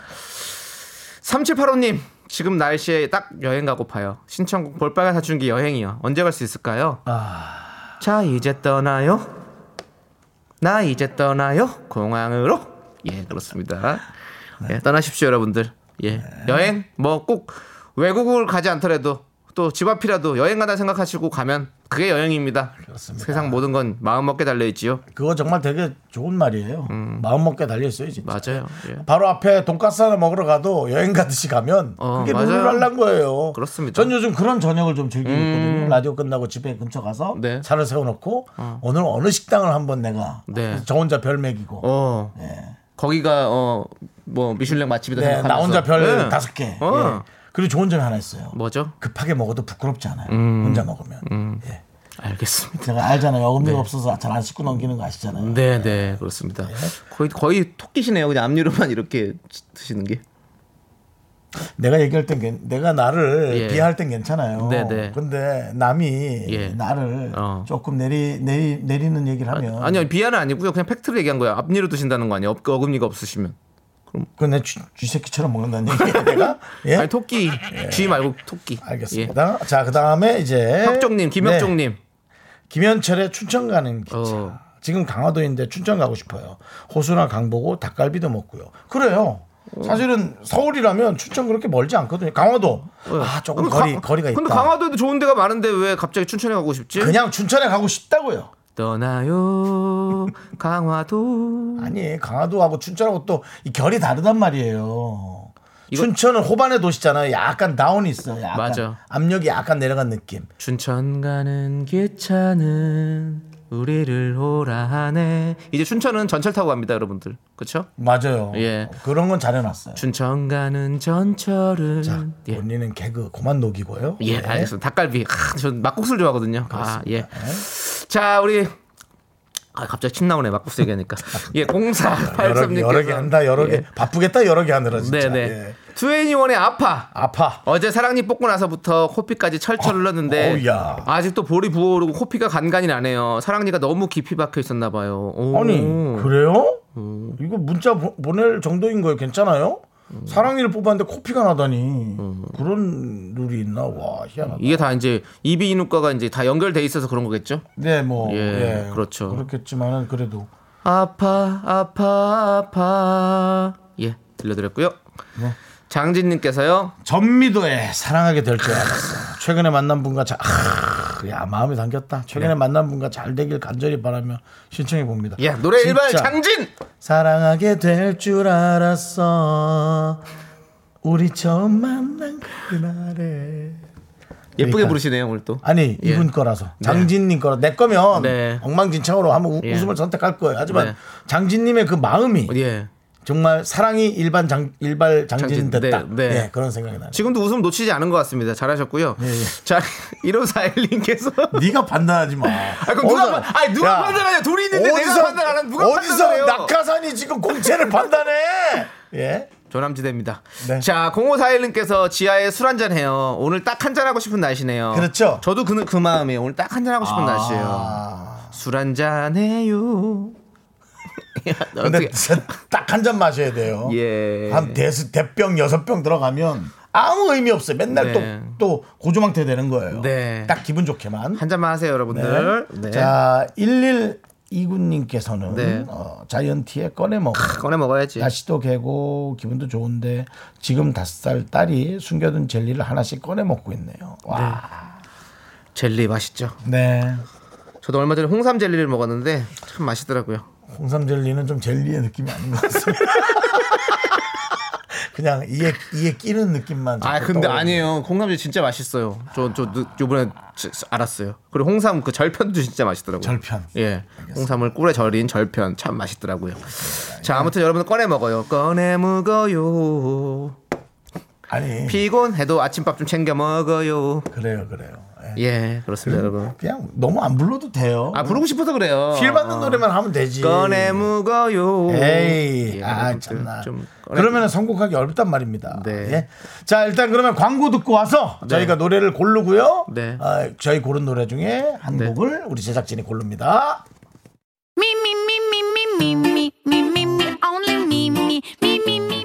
3785님, 지금 날씨에 딱 여행 가고파요. 신청곡 볼빨간 사춘기 여행이요. 언제 갈 수 있을까요?
아.
자, 이제 떠나요. 나 이제 떠나요. 공항으로. 예, 그렇습니다.
네.
예, 떠나십시오, 여러분들. 예. 여행, 뭐 꼭 외국을 가지 않더라도 또 집 앞이라도 여행 가다 생각하시고 가면 그게 여행입니다.
그렇습니다.
세상 모든 건 마음 먹게 달려있지요.
그거 정말 되게 좋은 말이에요. 마음 먹게 달려 있어요 진짜.
맞아요. 예.
바로 앞에 돈가스 하나 먹으러 가도 여행 가듯이 가면
어,
그게
맞아요.
룰을 한 거예요.
그렇습니다. 음.
전 요즘 그런 저녁을 좀 즐기고 있거든요. 라디오 끝나고 집에 근처 가서
네.
차를 세워놓고 오늘 어느 식당을 한번 내가
네.
저 혼자 별 매기고
어. 거기가 어 뭐 미슐랭 맛집이다
네,
생각하면서
나 혼자 별
네.
다섯 개.
어.
예. 그리고 좋은 점이 하나 있어요.
뭐죠?
급하게 먹어도 부끄럽지 않아요.
음.
혼자 먹으면.
음.
예.
알겠습니다.
제가 알잖아요. 어금니가 없어서 잘 안 씻고 넘기는 거 아시잖아요.
네, 네, 그렇습니다. 거의 거의 토끼시네요. 그냥 앞니로만 이렇게 드시는 게.
내가 얘기할 땐 괜- 내가 나를
예.
비하할 땐 괜찮아요.
네, 네.
근데 남이
예.
나를
어.
조금 내리 내리 내리는 얘기를 하면
아니요, 비하는 아니고요. 그냥 팩트를 얘기한 거예요. 앞니로 드신다는 거 아니에요. 어- 어금니가 없으시면.
그건 내 쥐, 쥐새끼처럼 먹는다는 얘기예요. 내가 예.
아니 토끼 쥐 말고 토끼.
알겠습니다. 네. 자, 그 다음에 이제
예. 혁종님, 김혁종님.
김현철의 춘천 가는 기차.
어.
지금 강화도인데 춘천 가고 싶어요. 호수나 강보고 닭갈비도 먹고요. 그래요.
어.
사실은 서울이라면 춘천 그렇게 멀지 않거든요. 강화도 아 조금
근데
거리
가-
거리가 있다.
근데 어. 강화도에도 좋은 데가 많은데 왜 갑자기 춘천에 가고 싶지?
그냥 춘천에 가고 싶다고요.
떠나요 강화도.
아니 강화도하고 춘천하고 또 이 결이 다르단 말이에요.
이거-
춘천은 호반의 도시잖아요. 약간 다운이 있어요. 약간
맞아.
압력이 약간 내려간 느낌.
춘천 가는 기차는 우리를 호라하네. 이제 춘천은 전철 타고 갑니다, 여러분들. 그렇죠?
맞아요.
예.
그런 건 잘해놨어요.
춘천 가는 전철은
자,
예.
언니는 개그 그만 녹이고요. 네.
예, 알겠습니다. 닭갈비. 아, 전 막국수를 좋아하거든요. 아, 예. 자, 우리 아, 갑자기 침 나오네. 막국수 얘기하니까. 예, 공사
여러, 개-
83님.
여러 개 한다. 여러 개 바쁘겠다. 여러 개 하느라 진짜.
예. 네,
예.
네. 투애니원의 아파.
아파.
어제 사랑니 뽑고 나서부터 코피까지 철철 흘렀는데
아, 어우야.
아직도 볼이 부어오르고 코피가 간간이 나네요. 사랑니가 너무 깊이 박혀 있었나 봐요. 오.
아니
음.
그래요? 이거 문자 보, 낼 정도인 거예요. 괜찮아요?
음.
사랑니를 뽑았는데 코피가 나다니 그런 룰이 있나? 와 희한하다.
이게 다 이제 이비 인후과가 이제 다 연결돼 있어서 그런 거겠죠?
네, 뭐
예, 그렇죠.
그렇겠지만은 그래도
아파 아파 아파 예 들려드렸고요
네.
장진님께서요
전미도에 사랑하게 될 줄
아.
알았어. 최근에 만난 분과 잘, 아, 야 마음이 담겼다.
네.
최근에 만난 분과 잘 되길 간절히 바라며 신청해 봅니다.
예 노래
진짜
일발 장진
사랑하게 될 줄 알았어. 우리 처음 만난 그날에
예쁘게
그러니까.
부르시네요 오늘 또
아니
예.
이분 거라서 장진님 거라 내 거면
네.
엉망진창으로 한번 우-
예.
웃음을 선택할 거예요. 하지만
네.
장진님의 그 마음이
예
정말 사랑이 일반 장 일발 장진
장진,
됐다.
네, 네.
예, 그런 생각이 나요.
지금도 웃음 놓치지 않은 것 같습니다 잘하셨고요
예,
자 1541님께서
네가 판단하지 마.
아, 그럼 누가 판- 아니, 누가 판단하냐? 둘이 있는데 내가 판단 안 하면 누가
어디서
판단을 해요?
낙하산이 지금 공채를 판단해? 예.
조남지대입니다
네.
자 0541님께서 지하에 술 한잔 해요 오늘 딱 한잔 하고 싶은 날씨네요
그렇죠.
저도 그, 그 마음이에요 오늘 딱 한잔 하고 싶은 날씨예요
아.
술 한잔 해요 야, 너
근데
아, 어떻게-
딱 한 잔 마셔야 돼요.
예.
한 대스 대병 여섯 병 들어가면 아무 의미 없어요. 맨날 또 또
네.
고주망태 되는 거예요.
네.
딱 기분 좋게만.
한 잔만 하세요, 여러분들. 네.
자, 1129님께서는
네.
어, 자이언티에 꺼내 먹어.
꺼내 먹어야지.
날씨도 개고 기분도 좋은데 지금 다섯 살 딸이 숨겨둔 젤리를 하나씩 꺼내 먹고 있네요. 와.
젤리 맛있죠.
네.
저도 얼마 전에 홍삼 젤리를 먹었는데 참 맛있더라고요.
홍삼 젤리는 좀 젤리의 느낌이 아닌 것 같습니다. 그냥 이에 이에 끼는 느낌만.
아
자꾸
근데
떠오르네요.
아니에요. 홍삼 젤리 진짜 맛있어요. 저저 요번에 지- 알았어요. 그리고 홍삼 그 절편도 진짜 맛있더라고요.
절편.
예. 홍삼을 꿀에 절인 절편 참 맛있더라고요. 자 아무튼 여러분 꺼내 먹어요. 꺼내 먹어요.
아니
피곤해도 아침밥 좀 챙겨 먹어요.
그래요 그래요. 예.
예 그렇습니다 여러분.
그냥 너무 안 불러도 돼요.
아 부르고 싶어서 그래요.
필 받는
어.
노래만 하면 되지.
꺼내 묵어요.
에이,
예,
아
여러분들
참나.
좀 꺼내-
그러면은 선곡하기 어렵단 말입니다.
네.
예. 자 일단 그러면 광고 듣고 와서 저희가 노래를 고르고요.
네.
아, 저희 고른 노래 중에 한
네.
곡을 우리 제작진이 고릅니다.
Me, me, me, me, me, me, me, me, me, me, only me, me, me, me, me.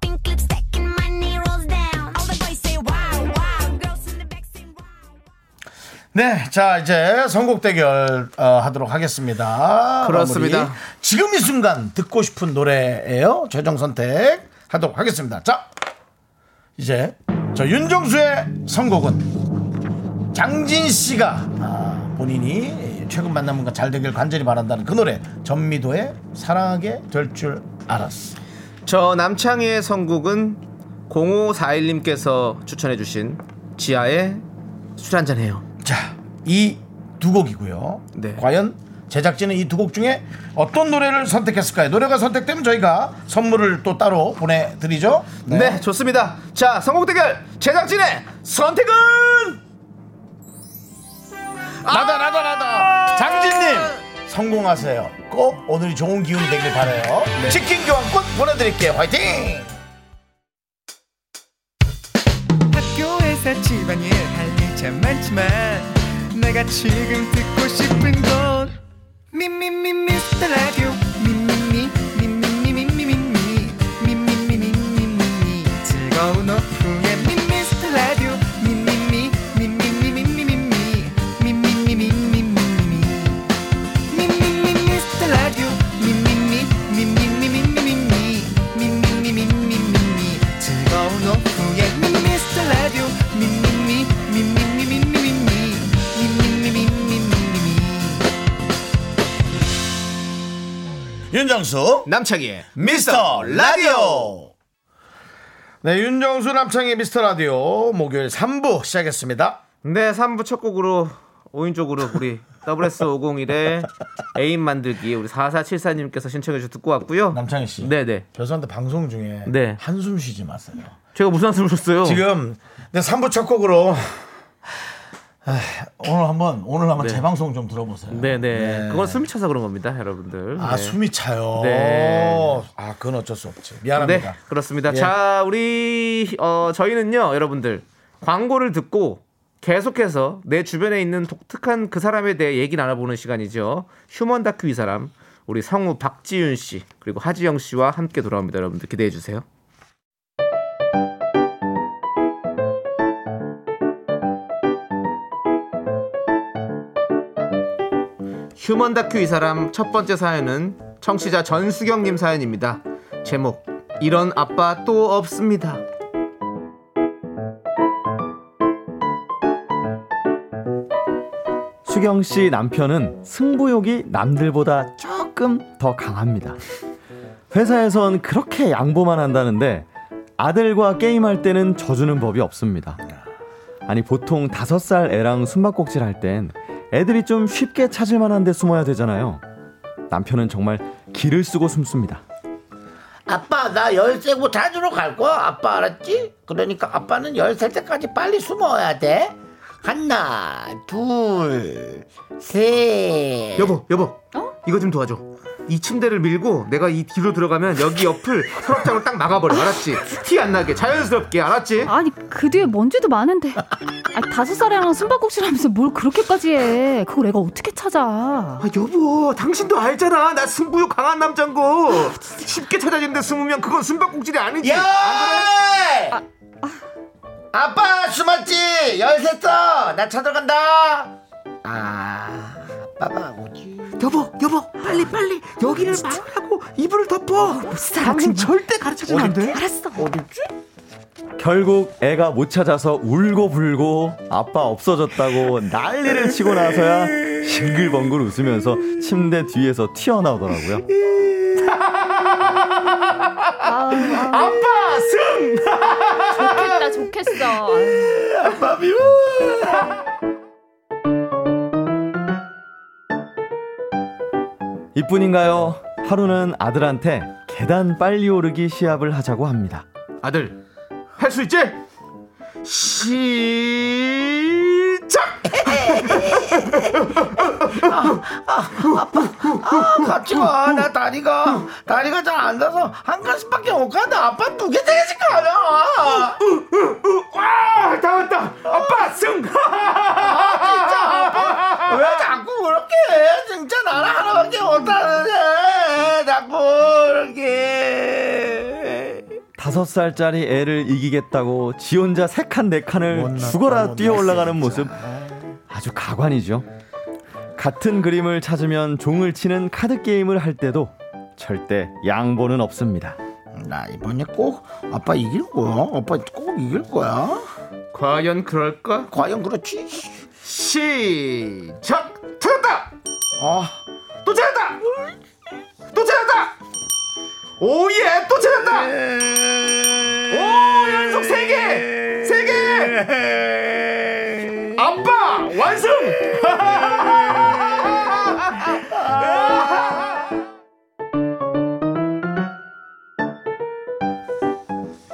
pink lipstick and my knee rolls down. All the boys say wow, wow. Girls in the back say wow.
네, 자 이제 선곡 대결 어, 하도록 하겠습니다.
그렇습니다.
마무리. 지금 이 순간 듣고 싶은 노래예요. 최종 선택 하도록 하겠습니다. 자, 이제 저 윤정수의 선곡은 장진 씨가 아, 본인이 최근 만남과 잘 되길 간절히 바란다는 그 노래 전미도의 사랑하게 될 줄 알았어.
저 남창희의 선곡은 0541님께서 추천해주신 지하의 술 한잔해요.
자, 이 두 곡이고요.
네.
과연 제작진은 이 두 곡 중에 어떤 노래를 선택했을까요? 노래가 선택되면 저희가 선물을 또 따로 보내드리죠.
네. 좋습니다. 자, 선곡 대결 제작진의 선택은
나다 나다
아!
나다. 장진님 성공하세요. 꼭 오늘이 좋은 기운 되길 바래요.
네.
치킨 교환권 보내드릴게요. 화이팅!
학교에서 집안일 할 일 참 많지만 내가 지금 듣고 싶은 건 미미미 미스터 라디오 미미미 미미미 미미미 미미미 미미미 즐거운 오후에 예, 미미스터 라디오 미미미 미미미 미미미 미미미 미미미
윤정수
남창희의
미스터 라디오. 네, 윤정수 남창의 미스터 라디오 목요일 3부 시작했습니다.
네, 3부 첫 곡으로 5인조 그룹 우리 WS501의 애인 만들기 우리 4474님께서 신청해 주셔서 듣고 왔고요.
남창희 씨.
네네.
죄송한데 방송 중에
네.
한숨 쉬지 마세요.
제가 무슨 한숨을 줬어요?
지금 내 3부 첫 곡으로 아, 오늘 한번 오늘 한번
네.
재방송 좀 들어보세요.
네네. 그건 숨이 차서 그런 겁니다, 여러분들.
아
네.
숨이 차요.
네.
아 그건 어쩔 수 없지.
네,
미안합니다.
그렇습니다.
예.
자, 우리 어 저희는요, 여러분들 광고를 듣고 계속해서 내 주변에 있는 독특한 그 사람에 대해 얘기 나눠보는 시간이죠. 휴먼 다큐 이 사람, 우리 성우 박지윤 씨 그리고 하지영 씨와 함께 돌아옵니다. 여러분들 기대해 주세요. 휴먼 다큐 이 사람 첫 번째 사연은 청취자 전수경님 사연입니다. 제목 이런 아빠 또 없습니다.
수경 씨 남편은 승부욕이 남들보다 조금 더 강합니다. 회사에선 그렇게 양보만 한다는데 아들과 게임할 때는 져주는 법이 없습니다. 아니 보통 다섯 살 애랑 숨바꼭질 할 땐 애들이 좀 쉽게 찾을 만한 데 숨어야 되잖아요. 남편은 정말 기를 쓰고 숨습니다.
아빠 나 열쇠고 찾으러 갈 거야. 아빠 알았지? 그러니까 아빠는 열살 때까지 빨리 숨어야 돼. 하나 둘 셋.
여보, 여보. 이거 좀 도와줘. 이 침대를 밀고 내가 이 뒤로 들어가면 여기 옆을 서랍장으로 딱 막아버려. 알았지? 티 안 나게 자연스럽게. 알았지?
아니 그 뒤에 먼지도 많은데 아 다섯 살이랑 숨바꼭질하면서 뭘 그렇게까지 해? 그걸 애가 어떻게 찾아?
아, 여보, 당신도 알잖아. 나 승부욕 강한 남잔 거. 쉽게 찾아지는데 숨으면 그건 숨바꼭질이 아니지.
야! 아빠 숨었지? 열쇠 떠! 나 찾아간다! 아, 아빠가 오지.
여보, 여보, 빨리 빨리 여기를 막으라고 이불을 덮어. 당신 절대 가르쳐주면 안 돼.
알았어.
결국 애가 못 찾아서 울고 불고 아빠 없어졌다고 난리를 치고 나서야 싱글벙글 웃으면서 침대 뒤에서 튀어나오더라고요.
아빠 승.
좋겠다 좋겠어.
이뿐인가요? 하루는 아들한테 계단 빨리 오르기 시합을 하자고 합니다.
아들 할 수 있지? 시작!
아, 같이 와. 나 다리가, 다리가 잘 안 닿아서 한 가슴밖에 못 가는데 아빠 두 개 되겠을 거 아니야?
와, 다 왔다. 아빠 승!
왜 자꾸 그렇게 해? 진짜 나는 하나밖에 못하는데. 자꾸 그렇게.
다섯 살짜리 애를 이기겠다고 지 혼자 세 칸 네 칸을
못났다,
죽어라
못났어,
뛰어 올라가는
진짜.
모습. 아주 가관이죠. 같은 그림을 찾으면 종을 치는 카드 게임을 할 때도 절대 양보는 없습니다.
나 이번에 꼭 아빠 이길 거야. 아빠 꼭 이길 거야.
과연 그럴까?
과연 그렇지?
시작! 틀렸다!
아,
또 틀렸다! 또 틀렸다! 오예! 또 틀렸다! 오! 연속 세개세개 아빠! 완승!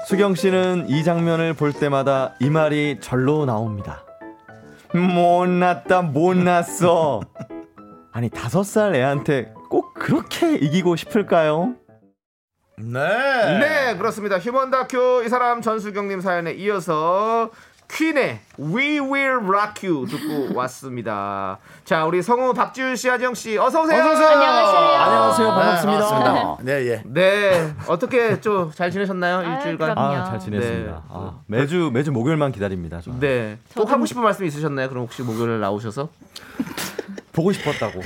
수경 씨는 이 장면을 볼 때마다 이 말이 절로 나옵니다. 못났다 못났어. 아니 다섯 살 애한테 꼭 그렇게 이기고 싶을까요?
네.
네, 그렇습니다. 휴먼 다큐 이 사람 전수경님 사연에 이어서 퀸의 We Will Rock You 듣고 왔습니다. 자, 우리 성우 박지윤 씨, 하정 씨, 어서 오세요.
안녕하세요
아,
네,
아, 반갑습니다.
어.
반갑습니다. 네, 예.
네, 어떻게 좀 잘 지내셨나요
아유,
일주일간?
그럼요.
아 잘 지냈습니다.
네.
아, 매주 매주 목요일만 기다립니다. 저는.
네, 꼭 하고 싶은 말씀 있으셨나요? 그럼 혹시 목요일 나오셔서?
보고 싶었다고.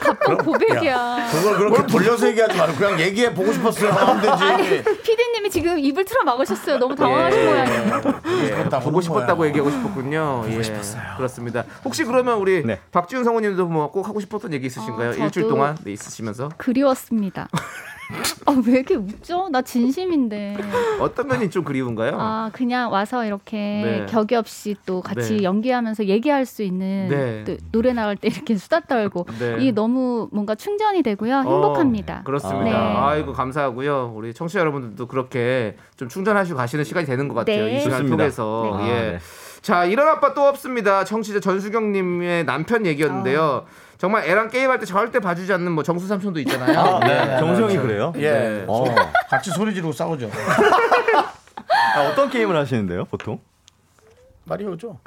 갑동 고백이야.
그걸
뭐,
그렇게 돌려서 얘기하지 말고 그냥 얘기해 보고 싶었어요 하면
아니,
되지.
피디님이 지금 입을 틀어 막으셨어요. 너무 뭐 당황하신 모양이에요.
싶었다고
예. 보고
하는
싶었다고
예, 거야.
얘기하고 싶었군요. 보고 싶었어요. 그렇습니다. 혹시 그러면 우리
네.
박지윤 성우님도 뭐 꼭 하고 싶었던 얘기 있으신가요?
어, 저도-
일주일 동안 네, 있으시면서
그리웠습니다. 아, 왜 이렇게 웃죠? 나 진심인데.
어떤 면이 좀 그리운가요?
아, 그냥 와서 이렇게
네.
격이 없이 또 같이
네.
연기하면서 얘기할 수 있는
네.
또 노래 나올 때 이렇게 수다 떨고
네.
이게 너무 뭔가 충전이 되고요. 행복합니다.
어, 그렇습니다.
네.
아이고 감사하고요. 우리 청취자 여러분들도 그렇게 좀 충전하시고 가시는 시간이 되는 것 같아요.
네.
이 시간
좋습니다.
통해서
네.
예.
아, 네.
자 이런 아빠 또 없습니다. 청취자 전수경님의 남편
어.
얘기였는데요. 정말 애랑 게임할 때 절대 봐주지 않는 뭐 정수 삼촌도 있잖아요.
네, 정수영이 그래요?
예.
네.
어.
같이 소리 지르고 싸우죠.
아, 어떤 게임을 하시는데요, 보통?
말이 오죠.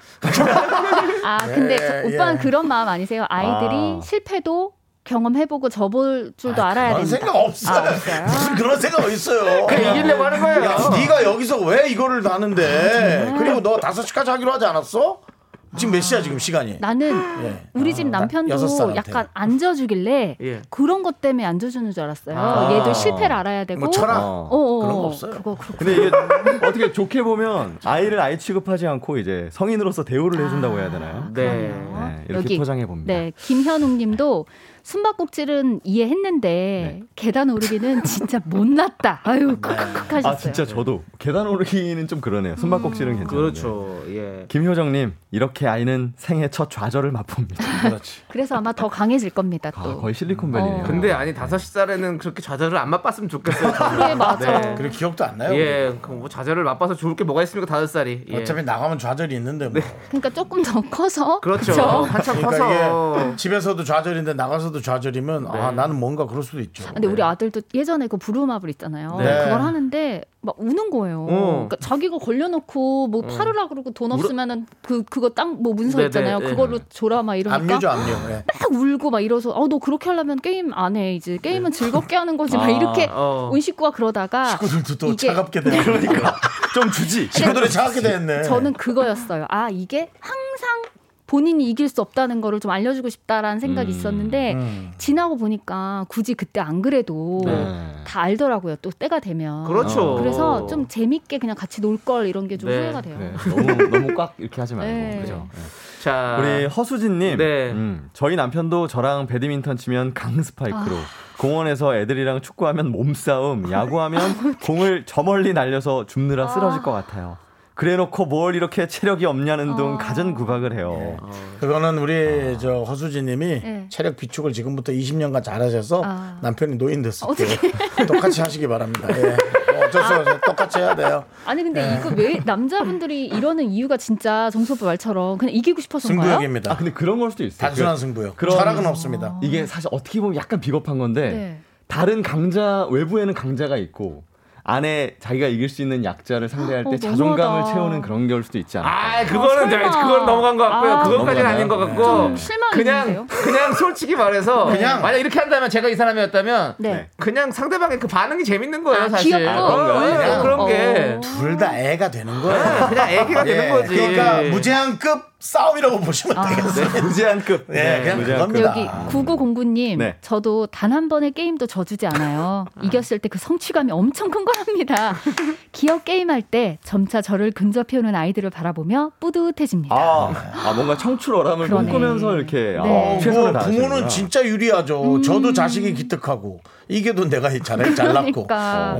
아,
네.
근데
예,
오빠는
예.
그런 마음 아니세요? 아이들이
아.
실패도 경험해보고 접을 줄도 알아야
그런
된다.
생각 없어요.
아, 없어요?
무슨 그런 생각 어딨어요.
그냥 이기려고 하는 거예요.
야, 네가 여기서 왜 이거를 나는데? 그리고 너 5시까지 하기로 하지 않았어? 지금 몇 시야 지금 시간이?
나는
예.
우리 집
아, 나- 여섯
남편도
살한테.
약간 앉아주길래
예.
그런 것 때문에 앉아주는 줄 알았어요.
아.
얘도 실패를 알아야 되고.
뭐 철학
어.
어, 어,
그런 거
어.
없어요.
그거 그렇고.
근데 이게 어떻게 좋게 보면 아이를 아이 취급하지 않고 이제 성인으로서 대우를 해준다고 해야 되나요?
네.
네, 이렇게 포장해 봅니다.
아, 네, 김현웅님도 숨바꼭질은 이해했는데
네.
계단 오르기는 진짜 못났다. 아유, 크크크 하셨어요. 음,
아 진짜 저도 계단 오르기는 좀 그러네요. 숨바꼭질은 괜찮은데.
그렇죠. 예.
김효정님 이렇게 아이는 생애 첫 좌절을 맛봅니다. 그렇지.
그래서 아마 더 강해질 겁니다. 또.
아, 거의 실리콘밸리네요.
그렇죠. 어.
근데 아니 다섯 살에는 그렇게 좌절을 안 맛봤으면 좋겠어요. 저는.
그래, 맞아.
네.
그리고 기억도 안 나요.
예, 그럼 뭐 좌절을 맛봐서 좋을 게 뭐가 있습니까? 다섯 살이. 예.
어차피 나가면 좌절이 있는데 뭐.
그러니까 조금 더 커서
그렇죠.
그쵸?
한참
그러니까
커서 네.
이게 집에서도 좌절인데 나가서도 좌절이면 아 나는 뭔가 그럴 수도 있죠.
근데 우리 아들도 예전에 그 부루마블 있잖아요.
네.
그걸 하는데 막 우는 거예요. 그러니까 자기가 걸려놓고 뭐 팔으라 그러고 돈 없으면은 그 그거 딱 뭐 문서
네,
있잖아요.
네, 네.
그걸로 줘라 막 이러니까
압류죠 압류. 예.
막 울고 막 이러서 어 너 그렇게 하려면 게임 안 해 이제 게임은 즐겁게 하는 거지 막 이렇게
어.
온 식구가 그러다가
식구들도 또
이게- 네.
차갑게 되네. 그러니까
좀 주지.
식구들이 차갑게 됐네.
저는 그거였어요. 아 이게 항상 본인이 이길 수 없다는 거를 좀 알려주고 싶다라는 생각이 있었는데
음.
지나고 보니까 굳이 그때 안 그래도
네.
다 알더라고요. 또 때가 되면.
그렇죠.
그래서 좀 재밌게 그냥 같이 놀 걸 이런 게 좀
네,
후회가 돼요.
네, 너무 너무 꽉 이렇게 하지 말고
네.
그죠. 네.
자,
우리 허수진님,
아. 네.
음, 저희 남편도 저랑 배드민턴 치면 강 스파이크로,
아.
공원에서 애들이랑 축구하면 몸싸움, 야구하면 공을 저 멀리 날려서 줍느라 쓰러질 것 같아요. 그래놓고 뭘 이렇게 체력이 없냐는 둥
아.
가전 구박을 해요.
그거는 우리 저 허수진님이
네.
체력 비축을 지금부터 20년간 잘하셔서
아.
남편이 노인 됐을 때 똑같이 하시기 바랍니다. 예. 뭐 어쩔 수 없어요. 똑같이 해야 돼요.
아니 근데
네.
이거 왜 남자분들이 이러는 이유가 진짜 정수오빠 말처럼 그냥 이기고 싶어서인가요?
승부욕입니다.
아 근데 그런 걸 수도 있어요.
단순한
그-
승부욕.
그런-
철학은 없습니다.
이게 사실 어떻게 보면 약간 비겁한 건데
아. 네.
다른 강자 외부에는 강자가 있고 안에 자기가 이길 수 있는 약자를 상대할 때
어,
자존감을
너무하다.
채우는 그런 걸 수도 있지 않을까.
아, 그거는
설마.
그건 넘어간 것 같고요.
아.
그것까지는 아닌 것 같고.
실망
그냥
상황인데요.
그냥 솔직히 말해서
그냥.
만약 이렇게 한다면 제가 이 사람이었다면
네.
그냥 상대방의 그 반응이 재밌는 거예요
아,
사실.
귀엽고.
어,
그런가요?
그런 게
어.
둘 다 애가 되는 거예요.
그냥 애기가 되는 거지.
그러니까 무제한급 싸움이라고 보시면 되겠어요.
네, 무제한급.
예, 그냥 그겁니다.
아. 여기 9909님,
네.
저도 단 한 번의 게임도 져주지 않아요. 이겼을 때 그 성취감이 엄청 큰 거랍니다. 기업 게임할 때 점차 저를 근접해오는 아이들을 바라보며 뿌듯해집니다.
아, 아, 뭔가 청출어람을
그러네.
꿈꾸면서 이렇게
네.
아,
어, 뭐
최선을 다하시는
부모는 진짜 유리하죠.
음.
저도 자식이 기특하고 이게도 내가 잘 잘났고.
그러니까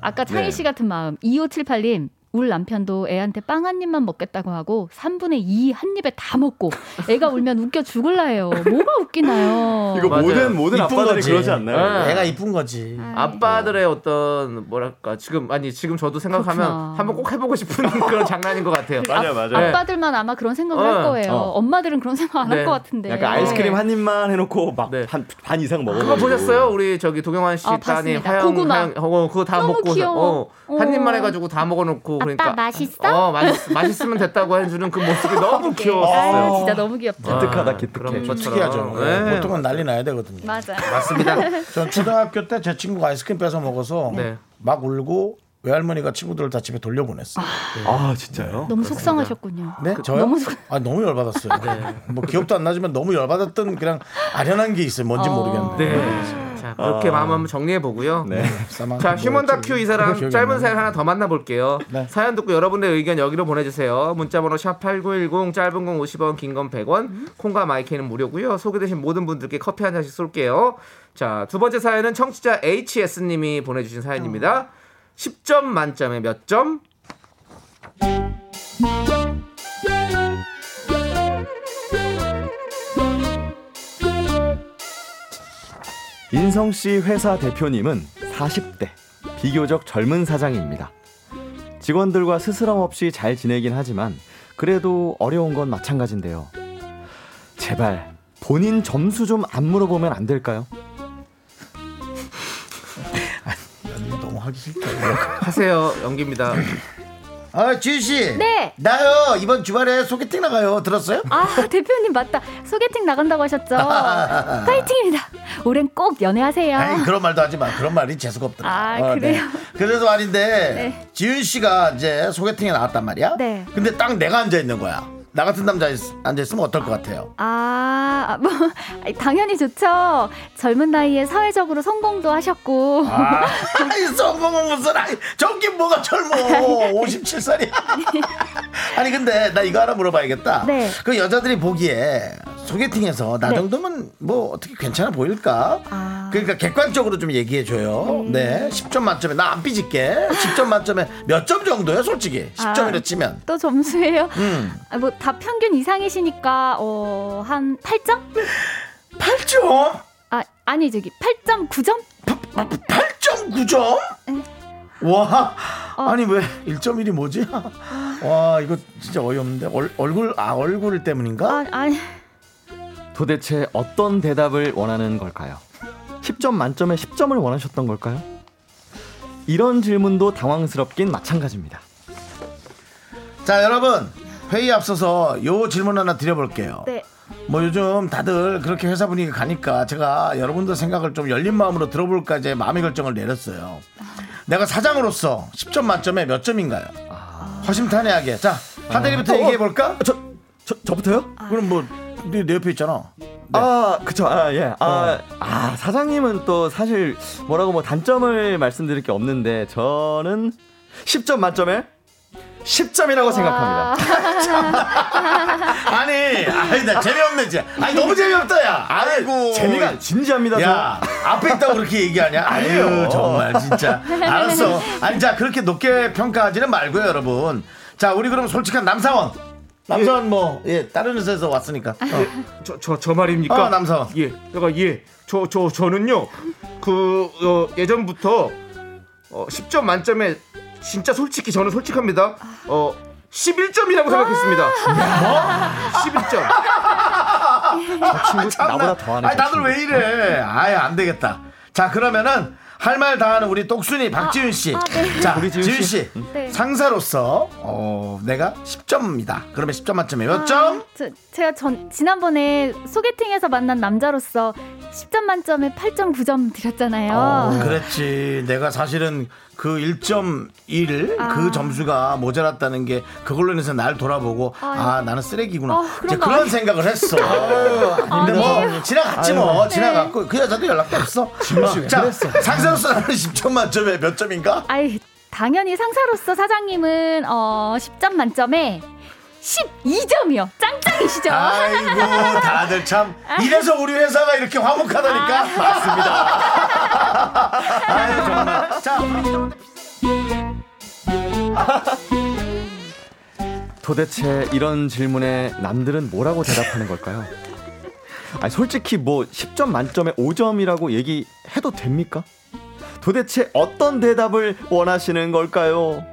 아까 창희
어. 네.
씨 같은 마음 2578님 울 남편도 애한테 빵 한 입만 먹겠다고 하고 3분의 2 한 입에 다 먹고 애가 울면 웃겨 죽을라 해요. 뭐가 웃기나요?
이거
맞아요.
모든 모든
이쁜
아빠들이
거지.
그러지 않나요?
네.
애가 이쁜 거지.
아빠들의 어떤 뭐랄까 지금 아니 지금 저도 생각하면
그렇구나.
한번 꼭 해보고 싶은 그런 장난인 것 같아요.
맞아요, 맞아요.
아빠들만 아마 그런 생각을
어,
할 거예요.
어.
엄마들은 그런 생각 안 할
네.
것 같은데.
약간 아이스크림
네.
한 입만 해놓고 막
네.
반 반 이상 먹어.
그거 보셨어요? 우리 저기 동영환 씨
아,
따님
봤습니다.
화영
고구마.
화영- 어, 그거 다
너무
먹고
귀여워.
어, 한
어.
입만 해가지고 다 먹어놓고 그러니까
맛있어?
어 맛있, 맛있으면 됐다고 해주는 그 모습이 너무 귀여웠어요.
아유, 진짜 너무 귀엽다.
기특하다,
아,
기특해.
그런 것처럼.
특이하죠. 예,
네.
보통은 난리 나야 되거든요.
맞아요.
맞습니다.
전 초등학교 때 제 친구가 아이스크림 뺏어 먹어서
네.
막 울고 외할머니가 친구들을 다 집에 돌려보냈어요.
아 진짜요?
너무 속상하셨군요.
네, 저요?
그, 너무
아 너무 열받았어요.
네.
뭐 기억도 안 나지만 너무 열받았던 그냥 아련한 게 있어요. 뭔지
어.
모르겠는데.
네. 자 그렇게 마음 한번 정리해 보고요.
아. 네.
싸만-
자 휴먼
뭐였지?
다큐 이 사람
기억이 안
짧은
나네.
사연 하나 더 만나볼게요.
네.
사연 듣고 여러분의 의견 여기로 보내주세요. 문자번호 샵 #8910 짧은 건 50원, 긴 건 100원, 콩과 마이크는 무료고요. 소개되신 모든 분들께 커피 한 잔씩 쏠게요. 자 두 번째 사연은 청취자 HS님이 보내주신
어.
사연입니다. 10점 만점에 몇 점?
인성 씨 회사 대표님은 40대 비교적 젊은 사장입니다. 직원들과 스스럼 없이 잘 지내긴 하지만 그래도 어려운 건 마찬가지인데요. 제발 본인 점수 좀 안 물어보면 안 될까요?
너무 하기 싫다.
하세요 연기입니다.
아 지윤 씨.
네.
나요 이번 주말에 소개팅 나가요. 들었어요?
아 대표님 맞다 소개팅 나간다고 하셨죠 파이팅입니다 올해는 꼭 연애하세요
아니 그런 말도 하지 마. 그런 말이 재수가 없더라. 어, 네.
아, 그래요?
그래서 말인데
네.
지윤 씨가 이제 소개팅에 나왔단 말이야.
네.
근데 딱 내가 앉아 있는 거야. 나 같은 남자 있- 앉아 있으면 어떨 것 같아요?
아뭐 당연히 좋죠 젊은 나이에 사회적으로 성공도 하셨고
아, 이 성공은 무슨 아이 저긴 뭐가 젊어 57살이야 아니 근데 나 이거 하나 물어봐야겠다
네.
그 여자들이 보기에 소개팅에서 나
네.
정도면 뭐 어떻게 괜찮아 보일까
아. 음.
그러니까 객관적으로 좀 얘기해줘요 네 10점 만점에 나 안 삐질게 10점 만점에 몇 점 정도야 솔직히 10점이라
아.
치면
또 점수예요
음.
아, 뭐다 평균 이상이시니까 어한 8점
8점?
아 아니 저기 8.9점
8.9점? 와
어.
아니 왜 1.1이 뭐지? 와 이거 진짜 어이없는데 얼, 얼굴 아 얼굴 때문인가?
아 아니
도대체 어떤 대답을 원하는 걸까요? 10점 만점에 10점을 원하셨던 걸까요? 이런 질문도 당황스럽긴 마찬가지입니다.
자 여러분 회의 앞서서 요 질문 하나 드려볼게요.
네
뭐 요즘 다들 그렇게 회사 분위기 가니까 제가 여러분들 생각을 좀 열린 마음으로 들어볼까 이제 마음의 결정을 내렸어요. 내가 사장으로서 10점 만점에 몇 점인가요?
아.
허심탄회하게 자 하대리부터 얘기해볼까?
아, 저, 저 저부터요?
아.
그럼 뭐내 내 옆에 있잖아.
아, 그쵸. 아, 예. 아, 아, 사장님은 또 사실 뭐라고 뭐 단점을 말씀드릴 게 없는데 저는 10점 만점에 10점이라고 생각합니다.
아니, 아니 나 재미없네 진짜. 아니 너무 재미없다 야. 아이고
재미가 진지합니다.
야 앞에 있다고 그렇게 얘기하냐? 아유
아니에요.
정말 진짜 알았어. 아니 자 그렇게 높게 평가하지는 말고요 여러분. 자 우리 그럼 솔직한 남사원. 남사원 뭐 예 다른 회사에서 왔으니까. 어.
저 저 저 말입니까?
어, 남성.
예. 내가 예. 저 저 저, 는요그 어, 예전부터 어, 10점 만점에 진짜 솔직히 저는 솔직합니다. 어 11점이라고 생각했습니다. 뭐? 11점.
저 친구 아, 나보다 더하는
아, 아니 다들 왜 이래? 아예 안 되겠다. 자 그러면은 할 말 다하는 우리 똑순이 박지윤 씨.
아, 네.
자,
우리 지윤
지윤
씨. 음.
씨.
네.
상사로서 어, 내가 10점입니다. 그러면 10점 만점에 몇 점?
아, 저, 제가 전 지난번에 소개팅에서 만난 남자로서 10점 만점에 8.9점 드렸잖아요.
어,
어,
그렇지. 내가 사실은 그 1.1
아.
그 점수가 모자랐다는 게 그걸로 인해서 날 돌아보고 아, 나는 쓰레기구나.
아, 그런
이제
거
그런
아니-
생각을 했어. 근데 뭐 지나갔지 뭐 지나갔고 그 여자도 연락도 없어. 자 상사로서 나는 10점 만점에 몇 점인가?
아이, 당연히 상사로서 사장님은 어, 10점 만점에 12점이요. 짱짱이시죠?
아이고 다들 참 이래서 우리 회사가 이렇게 화목하다니까 맞습니다. 아유 정말 자
도대체 이런 질문에 남들은 뭐라고 대답하는 걸까요? 아니, 솔직히 뭐 10점 만점에 5점이라고 얘기해도 됩니까? 도대체 어떤 대답을 원하시는 걸까요?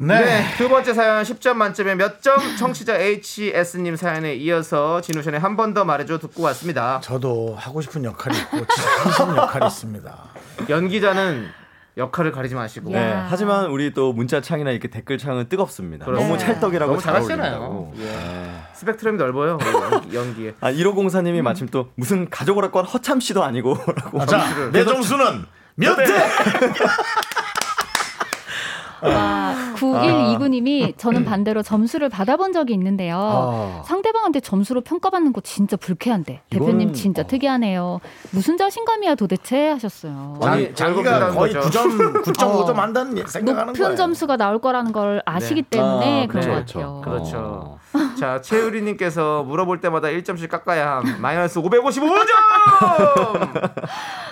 네.
두 번째 사연 10점 만점에 몇 점? 청취자 HS님 사연에 이어서 진우션의 한 번 더 말해줘 듣고 왔습니다.
저도 하고 싶은 역할이 있고 진심 역할이 있습니다.
연기자는 역할을 가리지 마시고.
네,
야.
하지만 우리 또 문자창이나 이렇게 댓글창은 뜨겁습니다.
그렇죠.
너무
네.
찰떡이라고
너무
잘
잘하시잖아요.
어울린다고.
예. 스펙트럼이 넓어요. 연기, 연기에.
아,
음.
1504님이 마침 또 무슨 가족으로 건 허참 씨도 아니고 라고.
자, 내 점수는 몇 대?
와, 9129님이 저는 반대로 점수를 받아본 적이 있는데요.
아.
상대방한테 점수로 평가받는 거 진짜 불쾌한데. 대표님
이거는- 어.
진짜 특이하네요. 무슨 자신감이야 도대체 하셨어요.
아니,
아니, 자기가
잘못된다는
거의
거죠.
9점, 9.5점
어.
한다는 예- 생각하는 거예요.
높은 점수가 나올 거라는 걸 아시기 때문에
네. 아,
그런
그렇죠,
것
그렇죠.
같아요.
그렇죠. 자, 최유리님께서 물어볼 때마다 1점씩 깎아야 함. 마이너스 555점!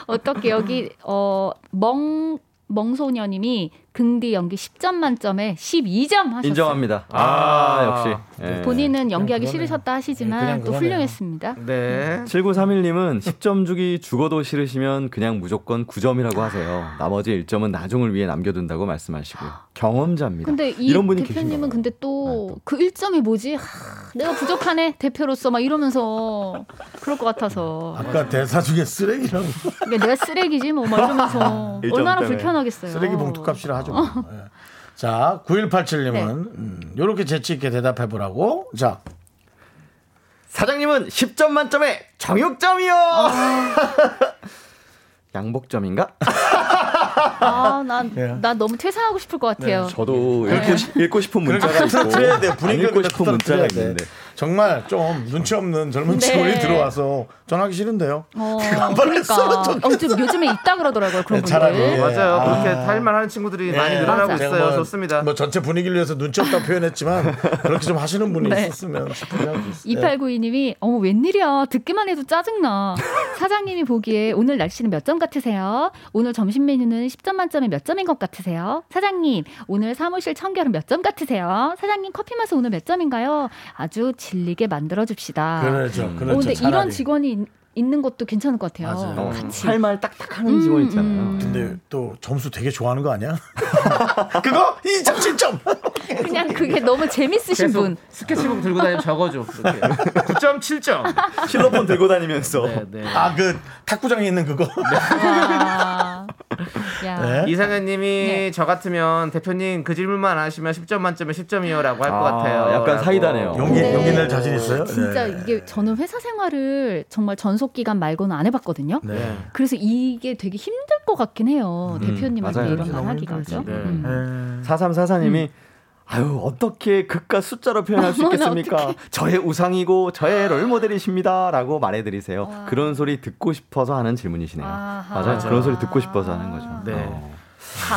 어떻게 여기 어, 멍 멍소녀님이 긍디 연기 10점 만점에 12점 하셨어요.
인정합니다. 아,
아.
역시. 예.
본인은 연기하기
그러네요.
싫으셨다
예,
하시지만
그냥
또
네. 그러네요. 음.
훌륭했습니다.
네.
7931님은 10점 주기 죽어도 싫으시면 그냥 무조건 9점이라고 하세요. 나머지 1점은 나중을 위해 남겨둔다고 말씀하시고요. 경험자입니다.
근데 이
이런 분이
대표님은
계신가요? 네.
근데 또 그 1점이 뭐지? 하, 내가 부족하네 대표로서 막 이러면서 그럴 것 같아서
아까 그러니까 대사 중에 쓰레기라고
이게 내가 쓰레기지 뭐 막 이러면서
일점
얼마나
때문에.
불편하겠어요.
쓰레기 봉투 값이라 하죠. 예. 자, 9187님은
어. 네.
이렇게 재치 있게 대답해 보라고. 자,
사장님은 10점 만점에 정육점이요. 양복점인가?
아난난
예. 네.
너무 퇴사하고 싶을 것 같아요.
저도 읽고, 싶- 읽고 싶은 문자가 있고
틀어야 돼.
안
분위기
읽고 싶은 문자가 있는데
정말 좀 눈치 없는 젊은
네.
직원이 들어와서 전화하기 싫은데요.
어,
한 번에
그러니까.
썰어줬겠어.
어, 좀 요즘에 있다 그러더라고요 그런
네, 차라리.
분들.
맞아요.
아.
그렇게 탈만하는 친구들이 네, 많이
예,
늘어나고
맞아요.
있어요.
뭐,
좋습니다.
뭐 전체 분위기를 위해서 눈치 없다 표현했지만 그렇게 좀 하시는 분이
네.
있었으면 싶은 생각이 있어요.
2892님이 어머 웬일이야 듣기만 해도 짜증나 사장님이 보기에 오늘 날씨는 몇 점 같으세요? 오늘 점심 메뉴는 10점 만점에 몇 점인 것 같으세요? 사장님 오늘 사무실 청결은 몇 점 같으세요? 사장님 커피 맛은 오늘 몇 점인가요? 아주 질리게 만들어줍시다
그렇죠.
어,
그렇죠.
근데 이런
차라리.
직원이 있- 있는 것도 괜찮을 것 같아요
맞아요.
어,
같이
할말 딱딱 하는 직원
음.
있잖아요.
근데 또 점수 되게 좋아하는 거 아니야? 그거 2점 7점.
그냥 그게 너무 재밌으신
계속
분
스케치북 들고 다니면 적어줘. 이렇게. 9.7점.
실로폰 들고 다니면서
네, 네.
아 그 탁구장에 있는 그거.
네. 와. 아. 야.
네.
이상현 님이
네.
저 같으면 대표님 그 질문만 안 하시면 10점 만점에 10점이요라고 할 것
아,
같아요.
약간
라고.
사이다네요.
용기
네.
용기 낼 자신
예.
있어요?
진짜
네.
이게 저는 회사 생활을 정말 전속 기간 말고는 안 해봤거든요.
음.
네.
그래서 이게 되게 힘들 것 같긴 해요. 대표님한테
맞아요.
이런 말 하기가. 그죠?
네.
음.
사삼사사님이 아유 어떻게 극과 숫자로 표현할 수 있겠습니까? 저의 우상이고 저의 롤모델이십니다라고 말해드리세요. 그런 소리 듣고 싶어서 하는 질문이시네요.
아하.
맞아요. 그런 소리 듣고 싶어서 하는 거죠.
네.
어.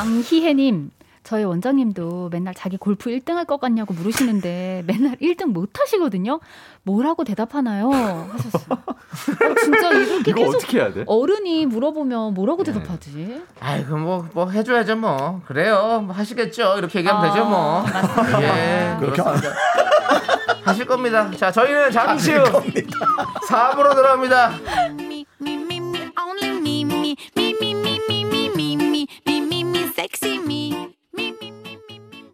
강희혜님. 저희 원장님도 맨날 자기 골프 1등 할 것 같냐고 물으시는데 맨날 1등 못 하시거든요. 뭐라고 대답하나요? 하셨어요. 어, 진짜 이렇게
이거
계속
어떻게 해야 돼? 네.
어른이 물어보면 뭐라고 대답하지?
아이고 뭐뭐 해줘야죠 뭐 그래요 뭐 하시겠죠 이렇게 얘기하면
아,
되죠 뭐
맞습니다.
예,
그렇게 안
하실 겁니다 자 저희는 잠시 후 4부로 돌아옵니다
me, me, me, me, only me, me, me, me, me, me, me, me, me, me, me, me, sexy me. Me, me, me, me, me.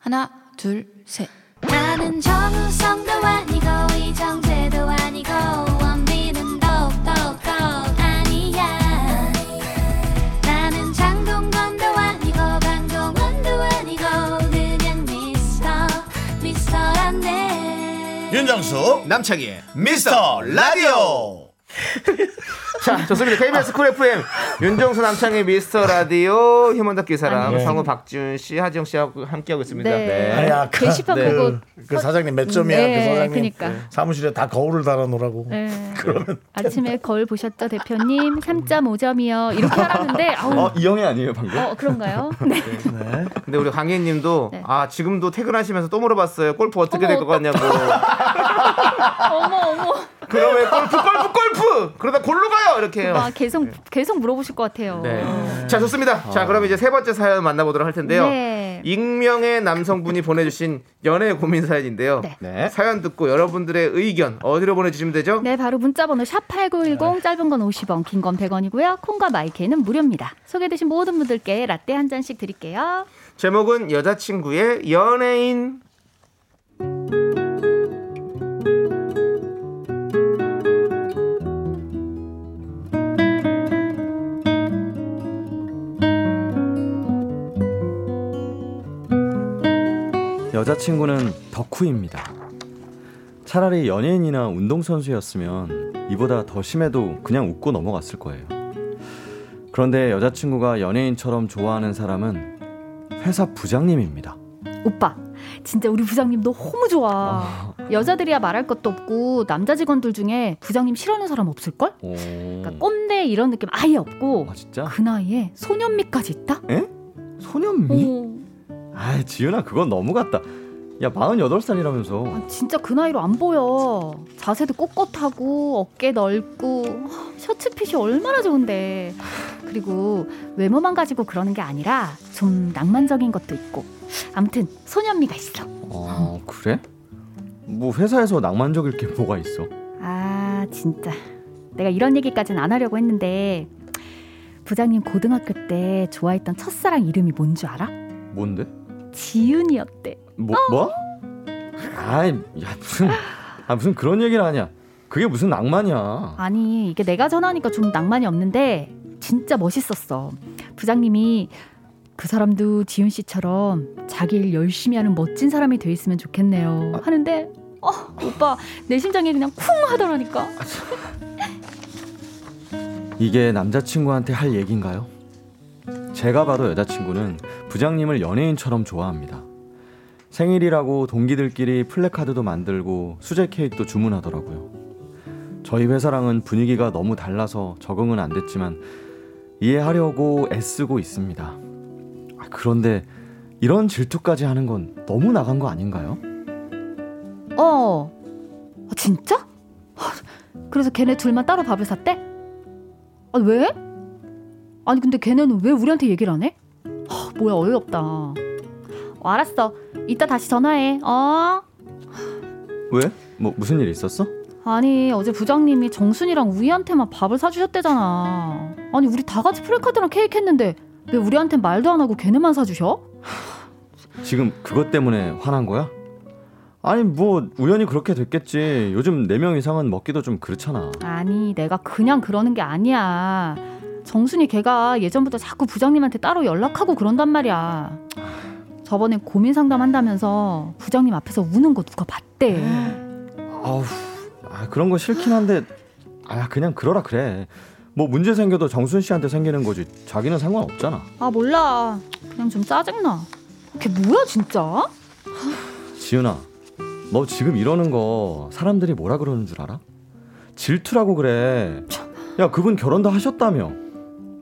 하나, 둘, 셋.
나는 정우성도 아니고 이정재도 아니고 원빈은 더욱더
윤정수
남창희의
미스터 라디오
자, 좋습니다. KBS 쿨 FM 윤정수 남창의 미스터 라디오 휴먼 다큐 사랑 상우 박지훈 씨, 하지영 씨하고 함께하고 있습니다.
네.
아니 아까
게시판
그,
보고
그 사장님 몇 점이야
네,
그 사장님
그니까.
사무실에 다 거울을 달아놓으라고
네. 아침에 거울 보셨죠 대표님 3.5점이요 이렇게 하라는데 아우
어, 이 형이 아니에요, 방금?
어 그런가요? 네.
근데 우리 강희님도
네.
아 지금도 퇴근하시면서 또 물어봤어요. 골프 어떻게 될 것
어머,
같냐고.
어머 어머
그러면 골프 골프 골프 그러다 골로 가요 이렇게 해요.
아 계속 계속 물어보실 것 같아요.
네. 자 좋습니다. 자 그럼 이제 세 번째 사연 만나보도록 할 텐데요.
네.
익명의 남성분이 보내주신 연애 고민 사연인데요.
네.
네.
사연 듣고 여러분들의 의견 어디로 보내주시면 되죠?
네, 바로 문자번호 샵 8910 짧은 건 50원, 긴 건 100원이고요. 콩과 마이크는 무료입니다. 소개되신 모든 분들께 라떼 한 잔씩 드릴게요.
제목은 여자친구의 연예인
여자친구는 덕후입니다. 차라리 연예인이나 운동선수였으면 이보다 더 심해도 그냥 웃고 넘어갔을 거예요. 그런데 여자친구가 연예인처럼 좋아하는 사람은 회사 부장님입니다.
오빠, 진짜 우리 부장님 너 너무 좋아. 여자들이야 말할 것도 없고 남자 직원들 중에 부장님 싫어하는 사람 없을걸?
오. 음.
그러니까 꼰대 이런 느낌 아예 없고
아 진짜?
그 나이에 소년미까지 있다? 그
소년미?
오,
아 지윤아 그건 너무 같다. 야 48살이라면서.
아, 진짜 그 나이로 안 보여. 자세도 꼿꼿하고 어깨 넓고 셔츠핏이 얼마나 좋은데. 그리고 외모만 가지고 그러는 게 아니라 좀 낭만적인 것도 있고. 아무튼 소년미가 있어.
어 그래? 뭐 회사에서 낭만적일 게 뭐가 있어?
아 진짜 내가 이런 얘기까지는 안 하려고 했는데 부장님 고등학교 때 좋아했던 첫사랑 이름이 뭔 줄 알아?
뭔데?
지윤이었대.
뭐 뭐? 아이 야 무슨 아 무슨 그런 얘기를 하냐? 그게 무슨 낭만이야?
아니 이게 내가 전하니까 좀 낭만이 없는데 진짜 멋있었어. 부장님이 그 사람도 지윤 씨처럼 자기 일 열심히 하는 멋진 사람이 돼 있으면 좋겠네요. 하는데 어, 오빠 내 심장이 그냥 쿵 하더라니까.
이게 남자친구한테 할 얘기인가요? 제가 봐도 여자친구는 부장님을 연예인처럼 좋아합니다. 생일이라고 동기들끼리 플래카드도 만들고 수제 케이크도 주문하더라고요. 저희 회사랑은 분위기가 너무 달라서 적응은 안 됐지만 이해하려고 애쓰고 있습니다. 아, 그런데 이런 질투까지 하는 건 너무 나간 거 아닌가요?
어. 아, 진짜? 아, 그래서 걔네 둘만 따로 밥을 샀대? 아, 왜? 아니, 근데 걔네는 왜 우리한테 얘기를 안 해? 아, 뭐야, 어이없다. 어, 알았어. 이따 다시 전화해. 어?
왜? 뭐 무슨 일 있었어?
아니, 어제 부장님이 정순이랑 우희한테만 밥을 사주셨대잖아. 아니, 우리 다 같이 프레카드랑 케이크 했는데 왜 우리한테 말도 안 하고 걔네만 사주셔?
지금 그것 때문에 화난 거야? 아니 뭐 우연히 그렇게 됐겠지. 요즘 네 명 이상은 먹기도 좀 그렇잖아.
아니 내가 그냥 그러는 게 아니야 정순이 걔가 예전부터 자꾸 부장님한테 따로 연락하고 그런단 말이야 저번에 고민 상담한다면서 부장님 앞에서 우는 거 누가 봤대
아우, 아 그런 거 싫긴 한데 아 그냥 그러라 그래. 뭐 문제 생겨도 정순 씨한테 생기는 거지. 자기는 상관없잖아.
아 몰라 그냥 좀 짜증나 걔 뭐야 진짜
지은아, 너 지금 이러는 거 사람들이 뭐라 그러는 줄 알아? 질투라고 그래. 야 그분 결혼도 하셨다며.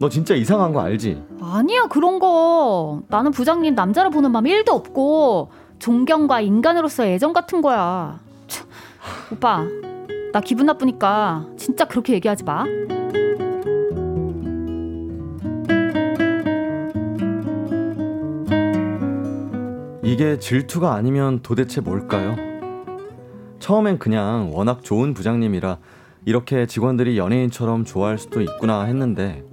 너 진짜 이상한 거 알지?
아니야 그런 거 나는 부장님 남자로 보는 마음 1도 없고 존경과 인간으로서 애정 같은 거야 참, 오빠 나 기분 나쁘니까 진짜 그렇게 얘기하지 마
이게 질투가 아니면 도대체 뭘까요? 처음엔 그냥 워낙 좋은 부장님이라 이렇게 직원들이 연예인처럼 좋아할 수도 있구나 했는데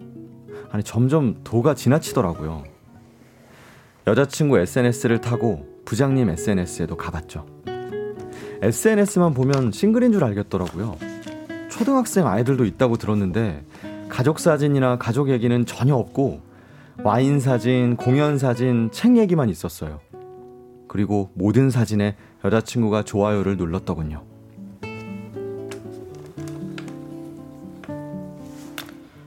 아니 점점 도가 지나치더라고요. 여자친구 SNS를 타고 부장님 SNS에도 가봤죠. SNS만 보면 싱글인 줄 알겠더라고요. 초등학생 아이들도 있다고 들었는데 가족 사진이나 가족 얘기는 전혀 없고 와인 사진, 공연 사진, 책 얘기만 있었어요. 그리고 모든 사진에 여자친구가 좋아요를 눌렀더군요.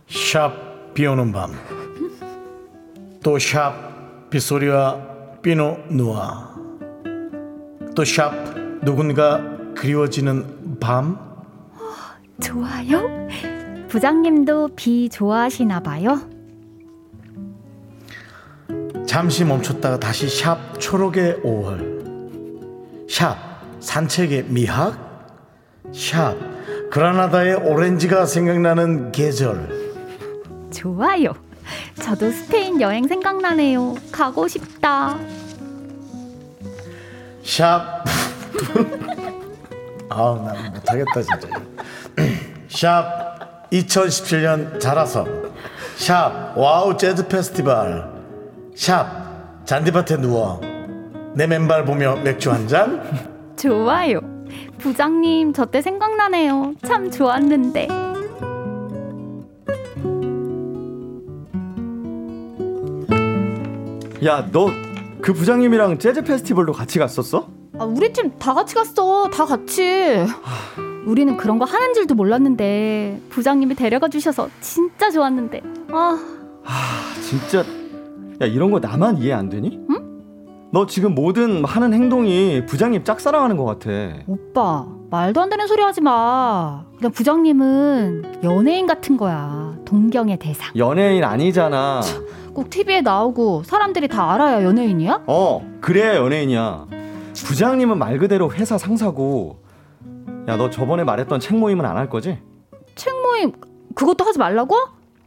샵 비오는 밤 또 샵 빗소리와 피노 누아 또 샵 누군가 그리워지는 밤
좋아요? 부장님도 비 좋아하시나 봐요.
잠시 멈췄다가 다시 샵 초록의 5월 샵 산책의 미학 샵 그라나다의 오렌지가 생각나는 계절
좋아요. 저도 스페인 여행 생각나네요. 가고 싶다.
샵 아우 나 못하겠다 진짜 샵 2017년 자라섬 샵 와우 재즈 페스티벌 샵 잔디밭에 누워 내 맨발 보며 맥주 한잔
좋아요. 부장님, 저 때 생각나네요. 참 좋았는데.
야, 너 그 부장님이랑 재즈 페스티벌도 같이 갔었어?
아, 우리 팀 다 같이 갔어. 다 같이. 우리는 그런 거 하는 줄도 몰랐는데 부장님이 데려가 주셔서 진짜 좋았는데. 아,
진짜 야 이런 거 나만 이해 안 되니? 너 지금 모든 하는 행동이 부장님 짝사랑하는 것 같아.
오빠. 말도 안 되는 소리 하지 마. 그냥 부장님은 연예인 같은 거야. 동경의 대상.
연예인 아니잖아.
꼭 TV에 나오고 사람들이 다 알아야 연예인이야?
어 그래야 연예인이야. 부장님은 말 그대로 회사 상사고. 야 너 저번에 말했던 책 모임은 안 할 거지?
책 모임 그것도 하지 말라고?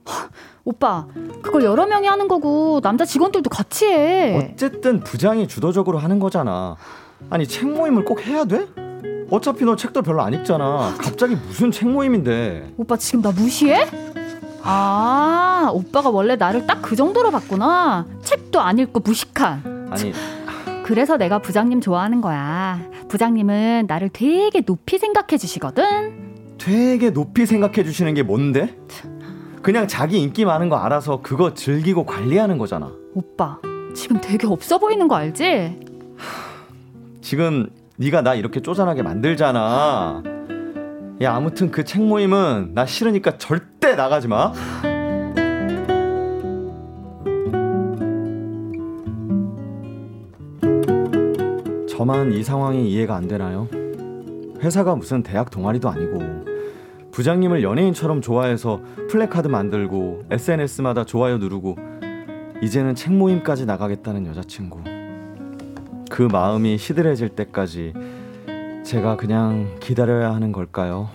하, 오빠 그걸 여러 명이 하는 거고 남자 직원들도 같이 해.
어쨌든 부장이 주도적으로 하는 거잖아. 아니 책 모임을 꼭 해야 돼? 어차피 너 책도 별로 안 읽잖아. 갑자기 무슨 책 모임인데?
오빠 지금 나 무시해? 아 오빠가 원래 나를 딱 그 정도로 봤구나. 책도 안 읽고 무식한.
아니
그래서 내가 부장님 좋아하는 거야. 부장님은 나를 되게 높이 생각해 주시거든.
되게 높이 생각해 주시는 게 뭔데? 그냥 자기 인기 많은 거 알아서 그거 즐기고 관리하는 거잖아.
오빠 지금 되게 없어 보이는 거 알지?
지금 네가 나 이렇게 쪼잔하게 만들잖아. 야 아무튼 그 책 모임은 나 싫으니까 절대 나가지 마. 저만 이 상황이 이해가 안 되나요? 회사가 무슨 대학 동아리도 아니고 부장님을 연예인처럼 좋아해서 플래카드 만들고 SNS마다 좋아요 누르고 이제는 책 모임까지 나가겠다는 여자친구. 그 마음이 시들해질 때까지 제가 그냥 기다려야 하는 걸까요?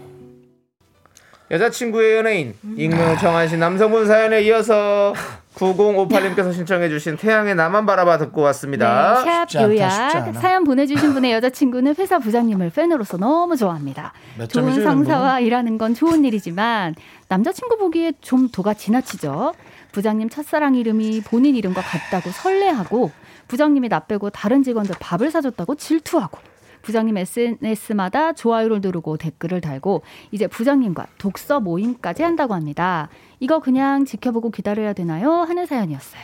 여자친구의 연예인 익명을 청하신 남성분 사연에 이어서 9058님께서 신청해주신 태양의 나만 바라봐 듣고 왔습니다.
네,
쉽지
샵
않다, 쉽지 않아.
요약 사연 보내주신 분의 여자친구는 회사 부장님을 팬으로서 너무 좋아합니다.
몇 점이죠,
좋은
이
상사와 일하는 건 좋은 일이지만 남자친구 보기에 좀 도가 지나치죠. 부장님 첫사랑 이름이 본인 이름과 같다고 설레하고 부장님이 나 빼고 다른 직원들 밥을 사줬다고 질투하고 부장님 SNS마다 좋아요를 누르고 댓글을 달고 이제 부장님과 독서 모임까지 한다고 합니다. 이거 그냥 지켜보고 기다려야 되나요? 하는 사연이었어요.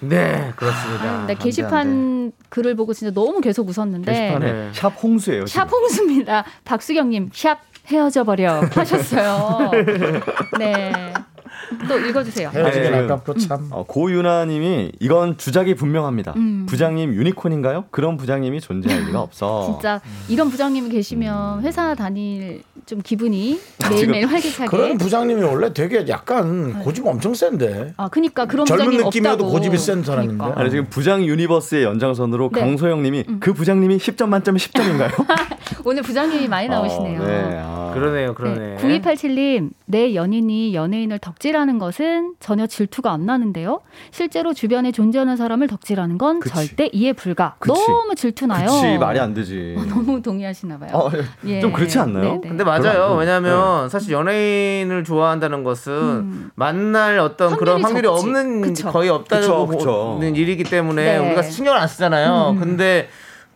네, 그렇습니다.
네, 게시판 글을 보고 진짜 너무 계속 웃었는데
게시판에 네.
샵 홍수예요. 지금.
샵 홍수입니다. 박수경님 샵 헤어져 버려 하셨어요. 네. 또 읽어주세요.
헤어지긴
네.
아깝고 참
어, 고유나님이 이건 주작이 분명합니다.
음.
부장님 유니콘인가요? 그런 부장님이 존재할 리가 없어.
진짜
음.
이런 부장님이 계시면 회사 다닐 좀 기분이 매일매일 활기차게.
아, 그런 부장님이 원래 되게
네.
약간 고집 엄청 센데
아, 그니까 그런
젊은
부장님
느낌이어도
없다고.
고집이 센 사람인데.
그러니까.
아니 지금 부장 유니버스의 연장선으로
네.
강소영님이 그 부장님이 10점 만점에 10점인가요? 어,
오늘 부장님이
아,
많이 나오시네요.
아,
그러네요, 그러네.
9287님, 내 연인이 연예인을 덕질하는 것은 전혀 질투가 안 나는데요. 실제로 주변에 존재하는 사람을 덕질하는 건
그치.
절대 이해 불가.
그치.
너무 질투나요.
그치 말이 안 되지.
너무 동의하시나 봐요.
어,
예.
좀 그렇지 않나요?
네네.
근데
별로 안 네.
맞아요.
좋은데.
왜냐하면 사실 연예인을 좋아한다는 것은 만날 어떤 그런
음. 확률이
확률이
적지.
없는
그쵸.
거의 없다고
그쵸, 그쵸.
보는 일이기 때문에
네. 음.
우리가 신경을 안 쓰잖아요. 근데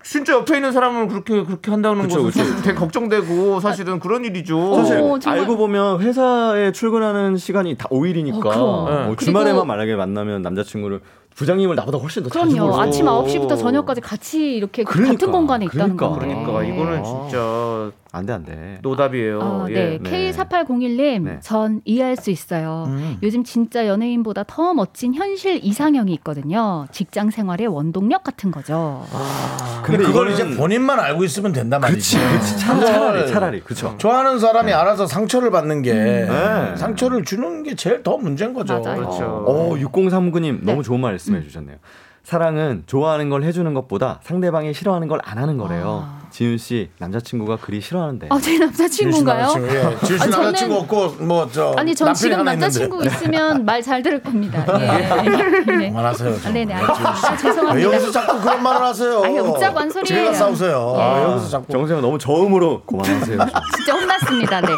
진짜 옆에 있는 사람을 그렇게 그렇게 한다는
그쵸,
것은
그쵸.
되게 걱정되고 사실은 그런 일이죠.
사실
오, 어, 정말.
알고 보면 회사에 출근하는 시간이 다 5일이니까 뭐
어, 그럼. 그리고-
주말에만 만약에 만나면 남자친구를 부장님을 나보다 훨씬 더 자주
그럼요. 아.
보고
아침 9시부터 저녁까지 같이 이렇게
그러니까,
같은 공간에 있다는
그러니까.
건데.
그러니까 이거는
아.
진짜
안 돼, 안 돼.
노답이에요.
어,
예.
네. K4801님,
네.
전 이해할 수 있어요.
음.
요즘 진짜 연예인보다 더 멋진 현실 이상형이 있거든요. 직장 생활의 원동력 같은 거죠.
아,
근데 그걸 이제 본인만 알고 있으면 된단 말이지. 아. 음. 그치, 네.
차라리, 차라리, 그쵸.
좋아하는 사람이 알아서 상처를 받는 게
네.
상처를 주는 게 제일 더 문제인 거죠.
맞아요. 그렇죠.
어, 6039님
네.
너무 좋은 말씀해
음.
주셨네요. 사랑은 좋아하는 걸 해주는 것보다 상대방이 싫어하는 걸 안 하는 거래요. 지윤 씨 남자친구가 그리 싫어하는데.
아, 제 남자친구인가요?
지윤 씨 남자친구, 예. 지윤 씨
아, 저는-
남자친구 없고 뭐저
아니, 전 지금 남자친구 있으면 말 잘 들을 겁니다. 예. 네.
그만하세요. 좀.
네네, 알겠습니다. 아,
왜
죄송합니다.
여기서 자꾸 그런 말을 하세요?
아니, 웃자고 한 소리예요. 네.
제가 싸우세요. 아, 여기서 자꾸.
정세가 너무 저음으로 고만하세요.
진짜 혼났습니다. 네.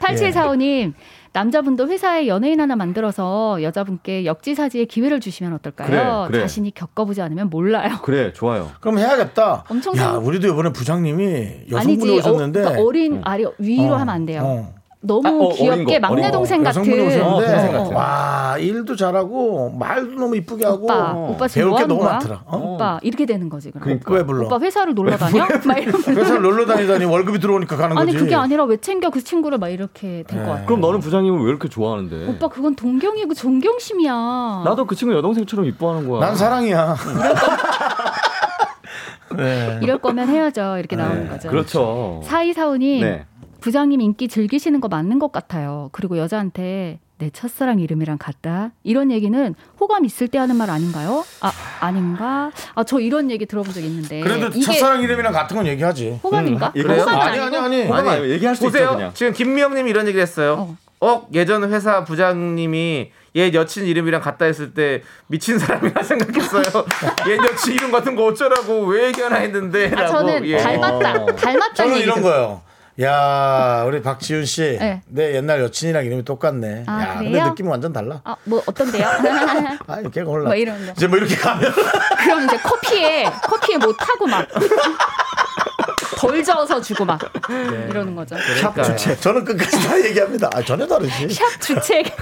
8745님. 남자분도 회사에 연예인 하나 만들어서 여자분께 역지사지의 기회를 주시면 어떨까요?
그래, 그래.
자신이 겪어보지 않으면 몰라요.
그래 좋아요.
그럼 해야겠다.
엄청
야,
생-
우리도 이번에 부장님이
아니지,
여성분이 오셨는데.
어, 린 아리 위로
어,
하면 안 돼요.
어.
너무
아, 어, 어린
귀엽게
거,
막내
어린 거.
동생 같은.
여성분이
어, 동생
오셨는데
같은.
와 일도 잘하고 말도 너무 이쁘게 하고
오빠, 오빠 지금
배울
뭐
게
하는
너무
거야?
많더라. 어?
오빠 이렇게 되는 거지 그럼.
왜 불러?
오빠 회사를 놀러 다녀? 막 이러면
회사 놀러 다니다니 월급이 들어오니까 가는
아니
거지.
그게 아니라 왜 챙겨 그 친구를 막 이렇게 될
네.
것 같아.
그럼 너는 부장님을 왜 이렇게 좋아하는데?
오빠 그건 동경이고 존경심이야.
나도 그 친구 여동생처럼 이뻐하는 거야.
난 사랑이야. 네.
이럴 거면 헤어져 이렇게 나오는 거죠.
그렇죠.
사이사오님
네.
부장님 인기 즐기시는 거 맞는 것 같아요. 그리고 여자한테 내 첫사랑 이름이랑 같다 이런 얘기는 호감 있을 때 하는 말 아닌가요? 아 아닌가? 아 저 이런 얘기 들어본 적 있는데
그래도 첫사랑 이름이랑 같은 건 얘기하지.
호감인가?
이거요?
호감은
아니
아니고?
아니 아니.
아니, 아니, 얘기할 수 있죠
보세요.
그냥.
지금 김미영님이 이런 얘기를 했어요. 어. 예전 회사 부장님이 얘 여친 이름이랑 같다 했을 때 미친 사람이라 생각했어요. 얘 여친 이름 같은 거 어쩌라고 왜 얘기하나 했는데라고.
아 저는
예.
닮았다 닮았다
어, 저는
얘기
이런
들-
거예요. 야 우리 박지윤 씨,
네.
내 옛날 여친이랑 이름이 똑같네.
아,
야 근데
그래요?
느낌은 완전 달라.
아, 뭐 어떤데요?
아 이렇게 올라.
뭐 이런 거.
이제 뭐 이렇게 가면
그럼 이제 커피에 커피에 뭐 타고 막 덜 저어서 주고 막
네.
이러는 거죠.
그러니까.
주체. 저는 끝까지 다 얘기합니다. 아, 전혀 다르지.
샵 주책.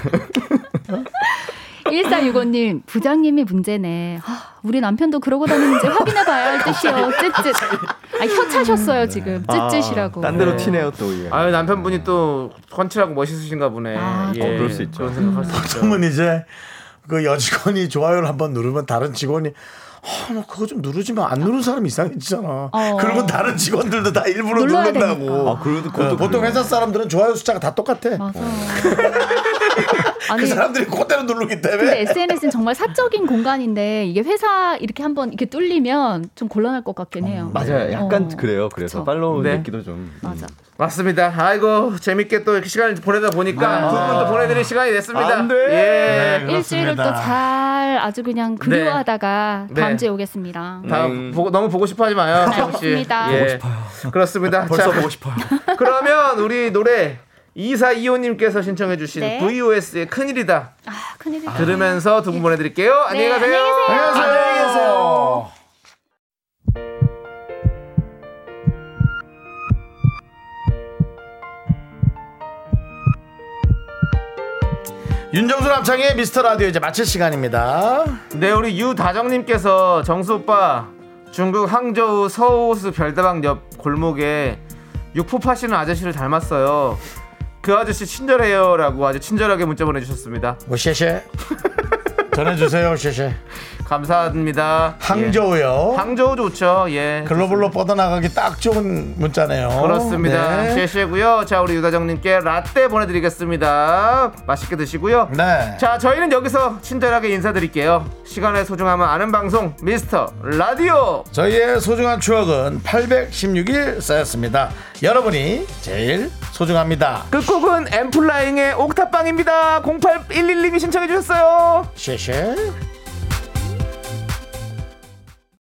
1465님, 부장님이 문제네. 하, 우리 남편도 그러고 다니는지 확인해봐야 할 듯이요. 쯧쯧. 아, 혀 차셨어요, 지금. 쯧쯧이라고.
음. 아, 딴 데로 튀네요 또 이게.
아유 남편분이 또 훤칠하고 멋있으신가 보네.
아,
예.
어, 그럴 수 있죠.
그런 생각할 수 있죠.
그러면 이제 그 여직원이 좋아요를 한번 누르면 다른 직원이 아, 나 그거 좀 누르지 마. 안 누른 사람 이상해지잖아.
어.
그리고 다른 직원들도 다 일부러
눌러야
누른다고.
되니까. 어,
아, 그래도 그것도
어, 보통
그래요.
회사 사람들은 좋아요 숫자가 다 똑같아.
맞아.
그
아니,
사람들이 그대로 누르기
네. 근데
때문에.
SNS는 정말 사적인 공간인데, 이게 회사 이렇게 한번 이렇게 뚫리면 좀 곤란할 것 같긴 해요.
음, 맞아요. 네, 약간
어.
그래요. 그래서
그쵸.
팔로우
네.
내기도 좀. 음.
맞아.
맞습니다. 아이고 재밌게 또 이렇게 시간을 보내다 보니까 두 분 또 보내드릴 시간이 됐습니다.
네. 안 돼. 네,
예.
일주일을 또 잘 아주 그냥 그리워하다가
네.
다음
네.
주에 오겠습니다.
다
음.
보고, 너무 보고 싶어 하지 마요. 지영 씨.
맞습니다. 보고
싶어요. 그렇습니다.
벌써
자,
보고 싶어요.
그러면 우리 노래 2425님께서 신청해주신
네.
VOS의 큰일이다.
아, 큰일이다.
들으면서 두 분 보내드릴게요. 안녕히
네,
가세요.
안녕히 계세요.
안녕히 계세요. 윤정수 남창의 미스터 라디오 이제 마칠 시간입니다.
네, 우리 유다정님께서 정수 오빠 중국 항저우 서호수 별다방 옆 골목에 육포 파시는 아저씨를 닮았어요. 그 아저씨 친절해요라고 아주 친절하게 문자 보내주셨습니다.
뭐 셰셰 전해주세요 셰셰
감사합니다.
항저우요
예. 항저우 좋죠. 예.
글로벌로 뻗어나가기 딱 좋은 문자네요
그렇습니다.
네.
제시고요. 자, 우리 유다정님께 라떼 보내드리겠습니다. 맛있게 드시고요.
네.
자, 저희는 여기서 친절하게 인사드릴게요. 시간의 소중함을 아는 방송 미스터 라디오.
저희의 소중한 추억은 816일 쌓였습니다 여러분이 제일 소중합니다
그 끝곡은 엠플라잉의 옥탑방입니다. 08111님이 신청해 주셨어요.
셰셰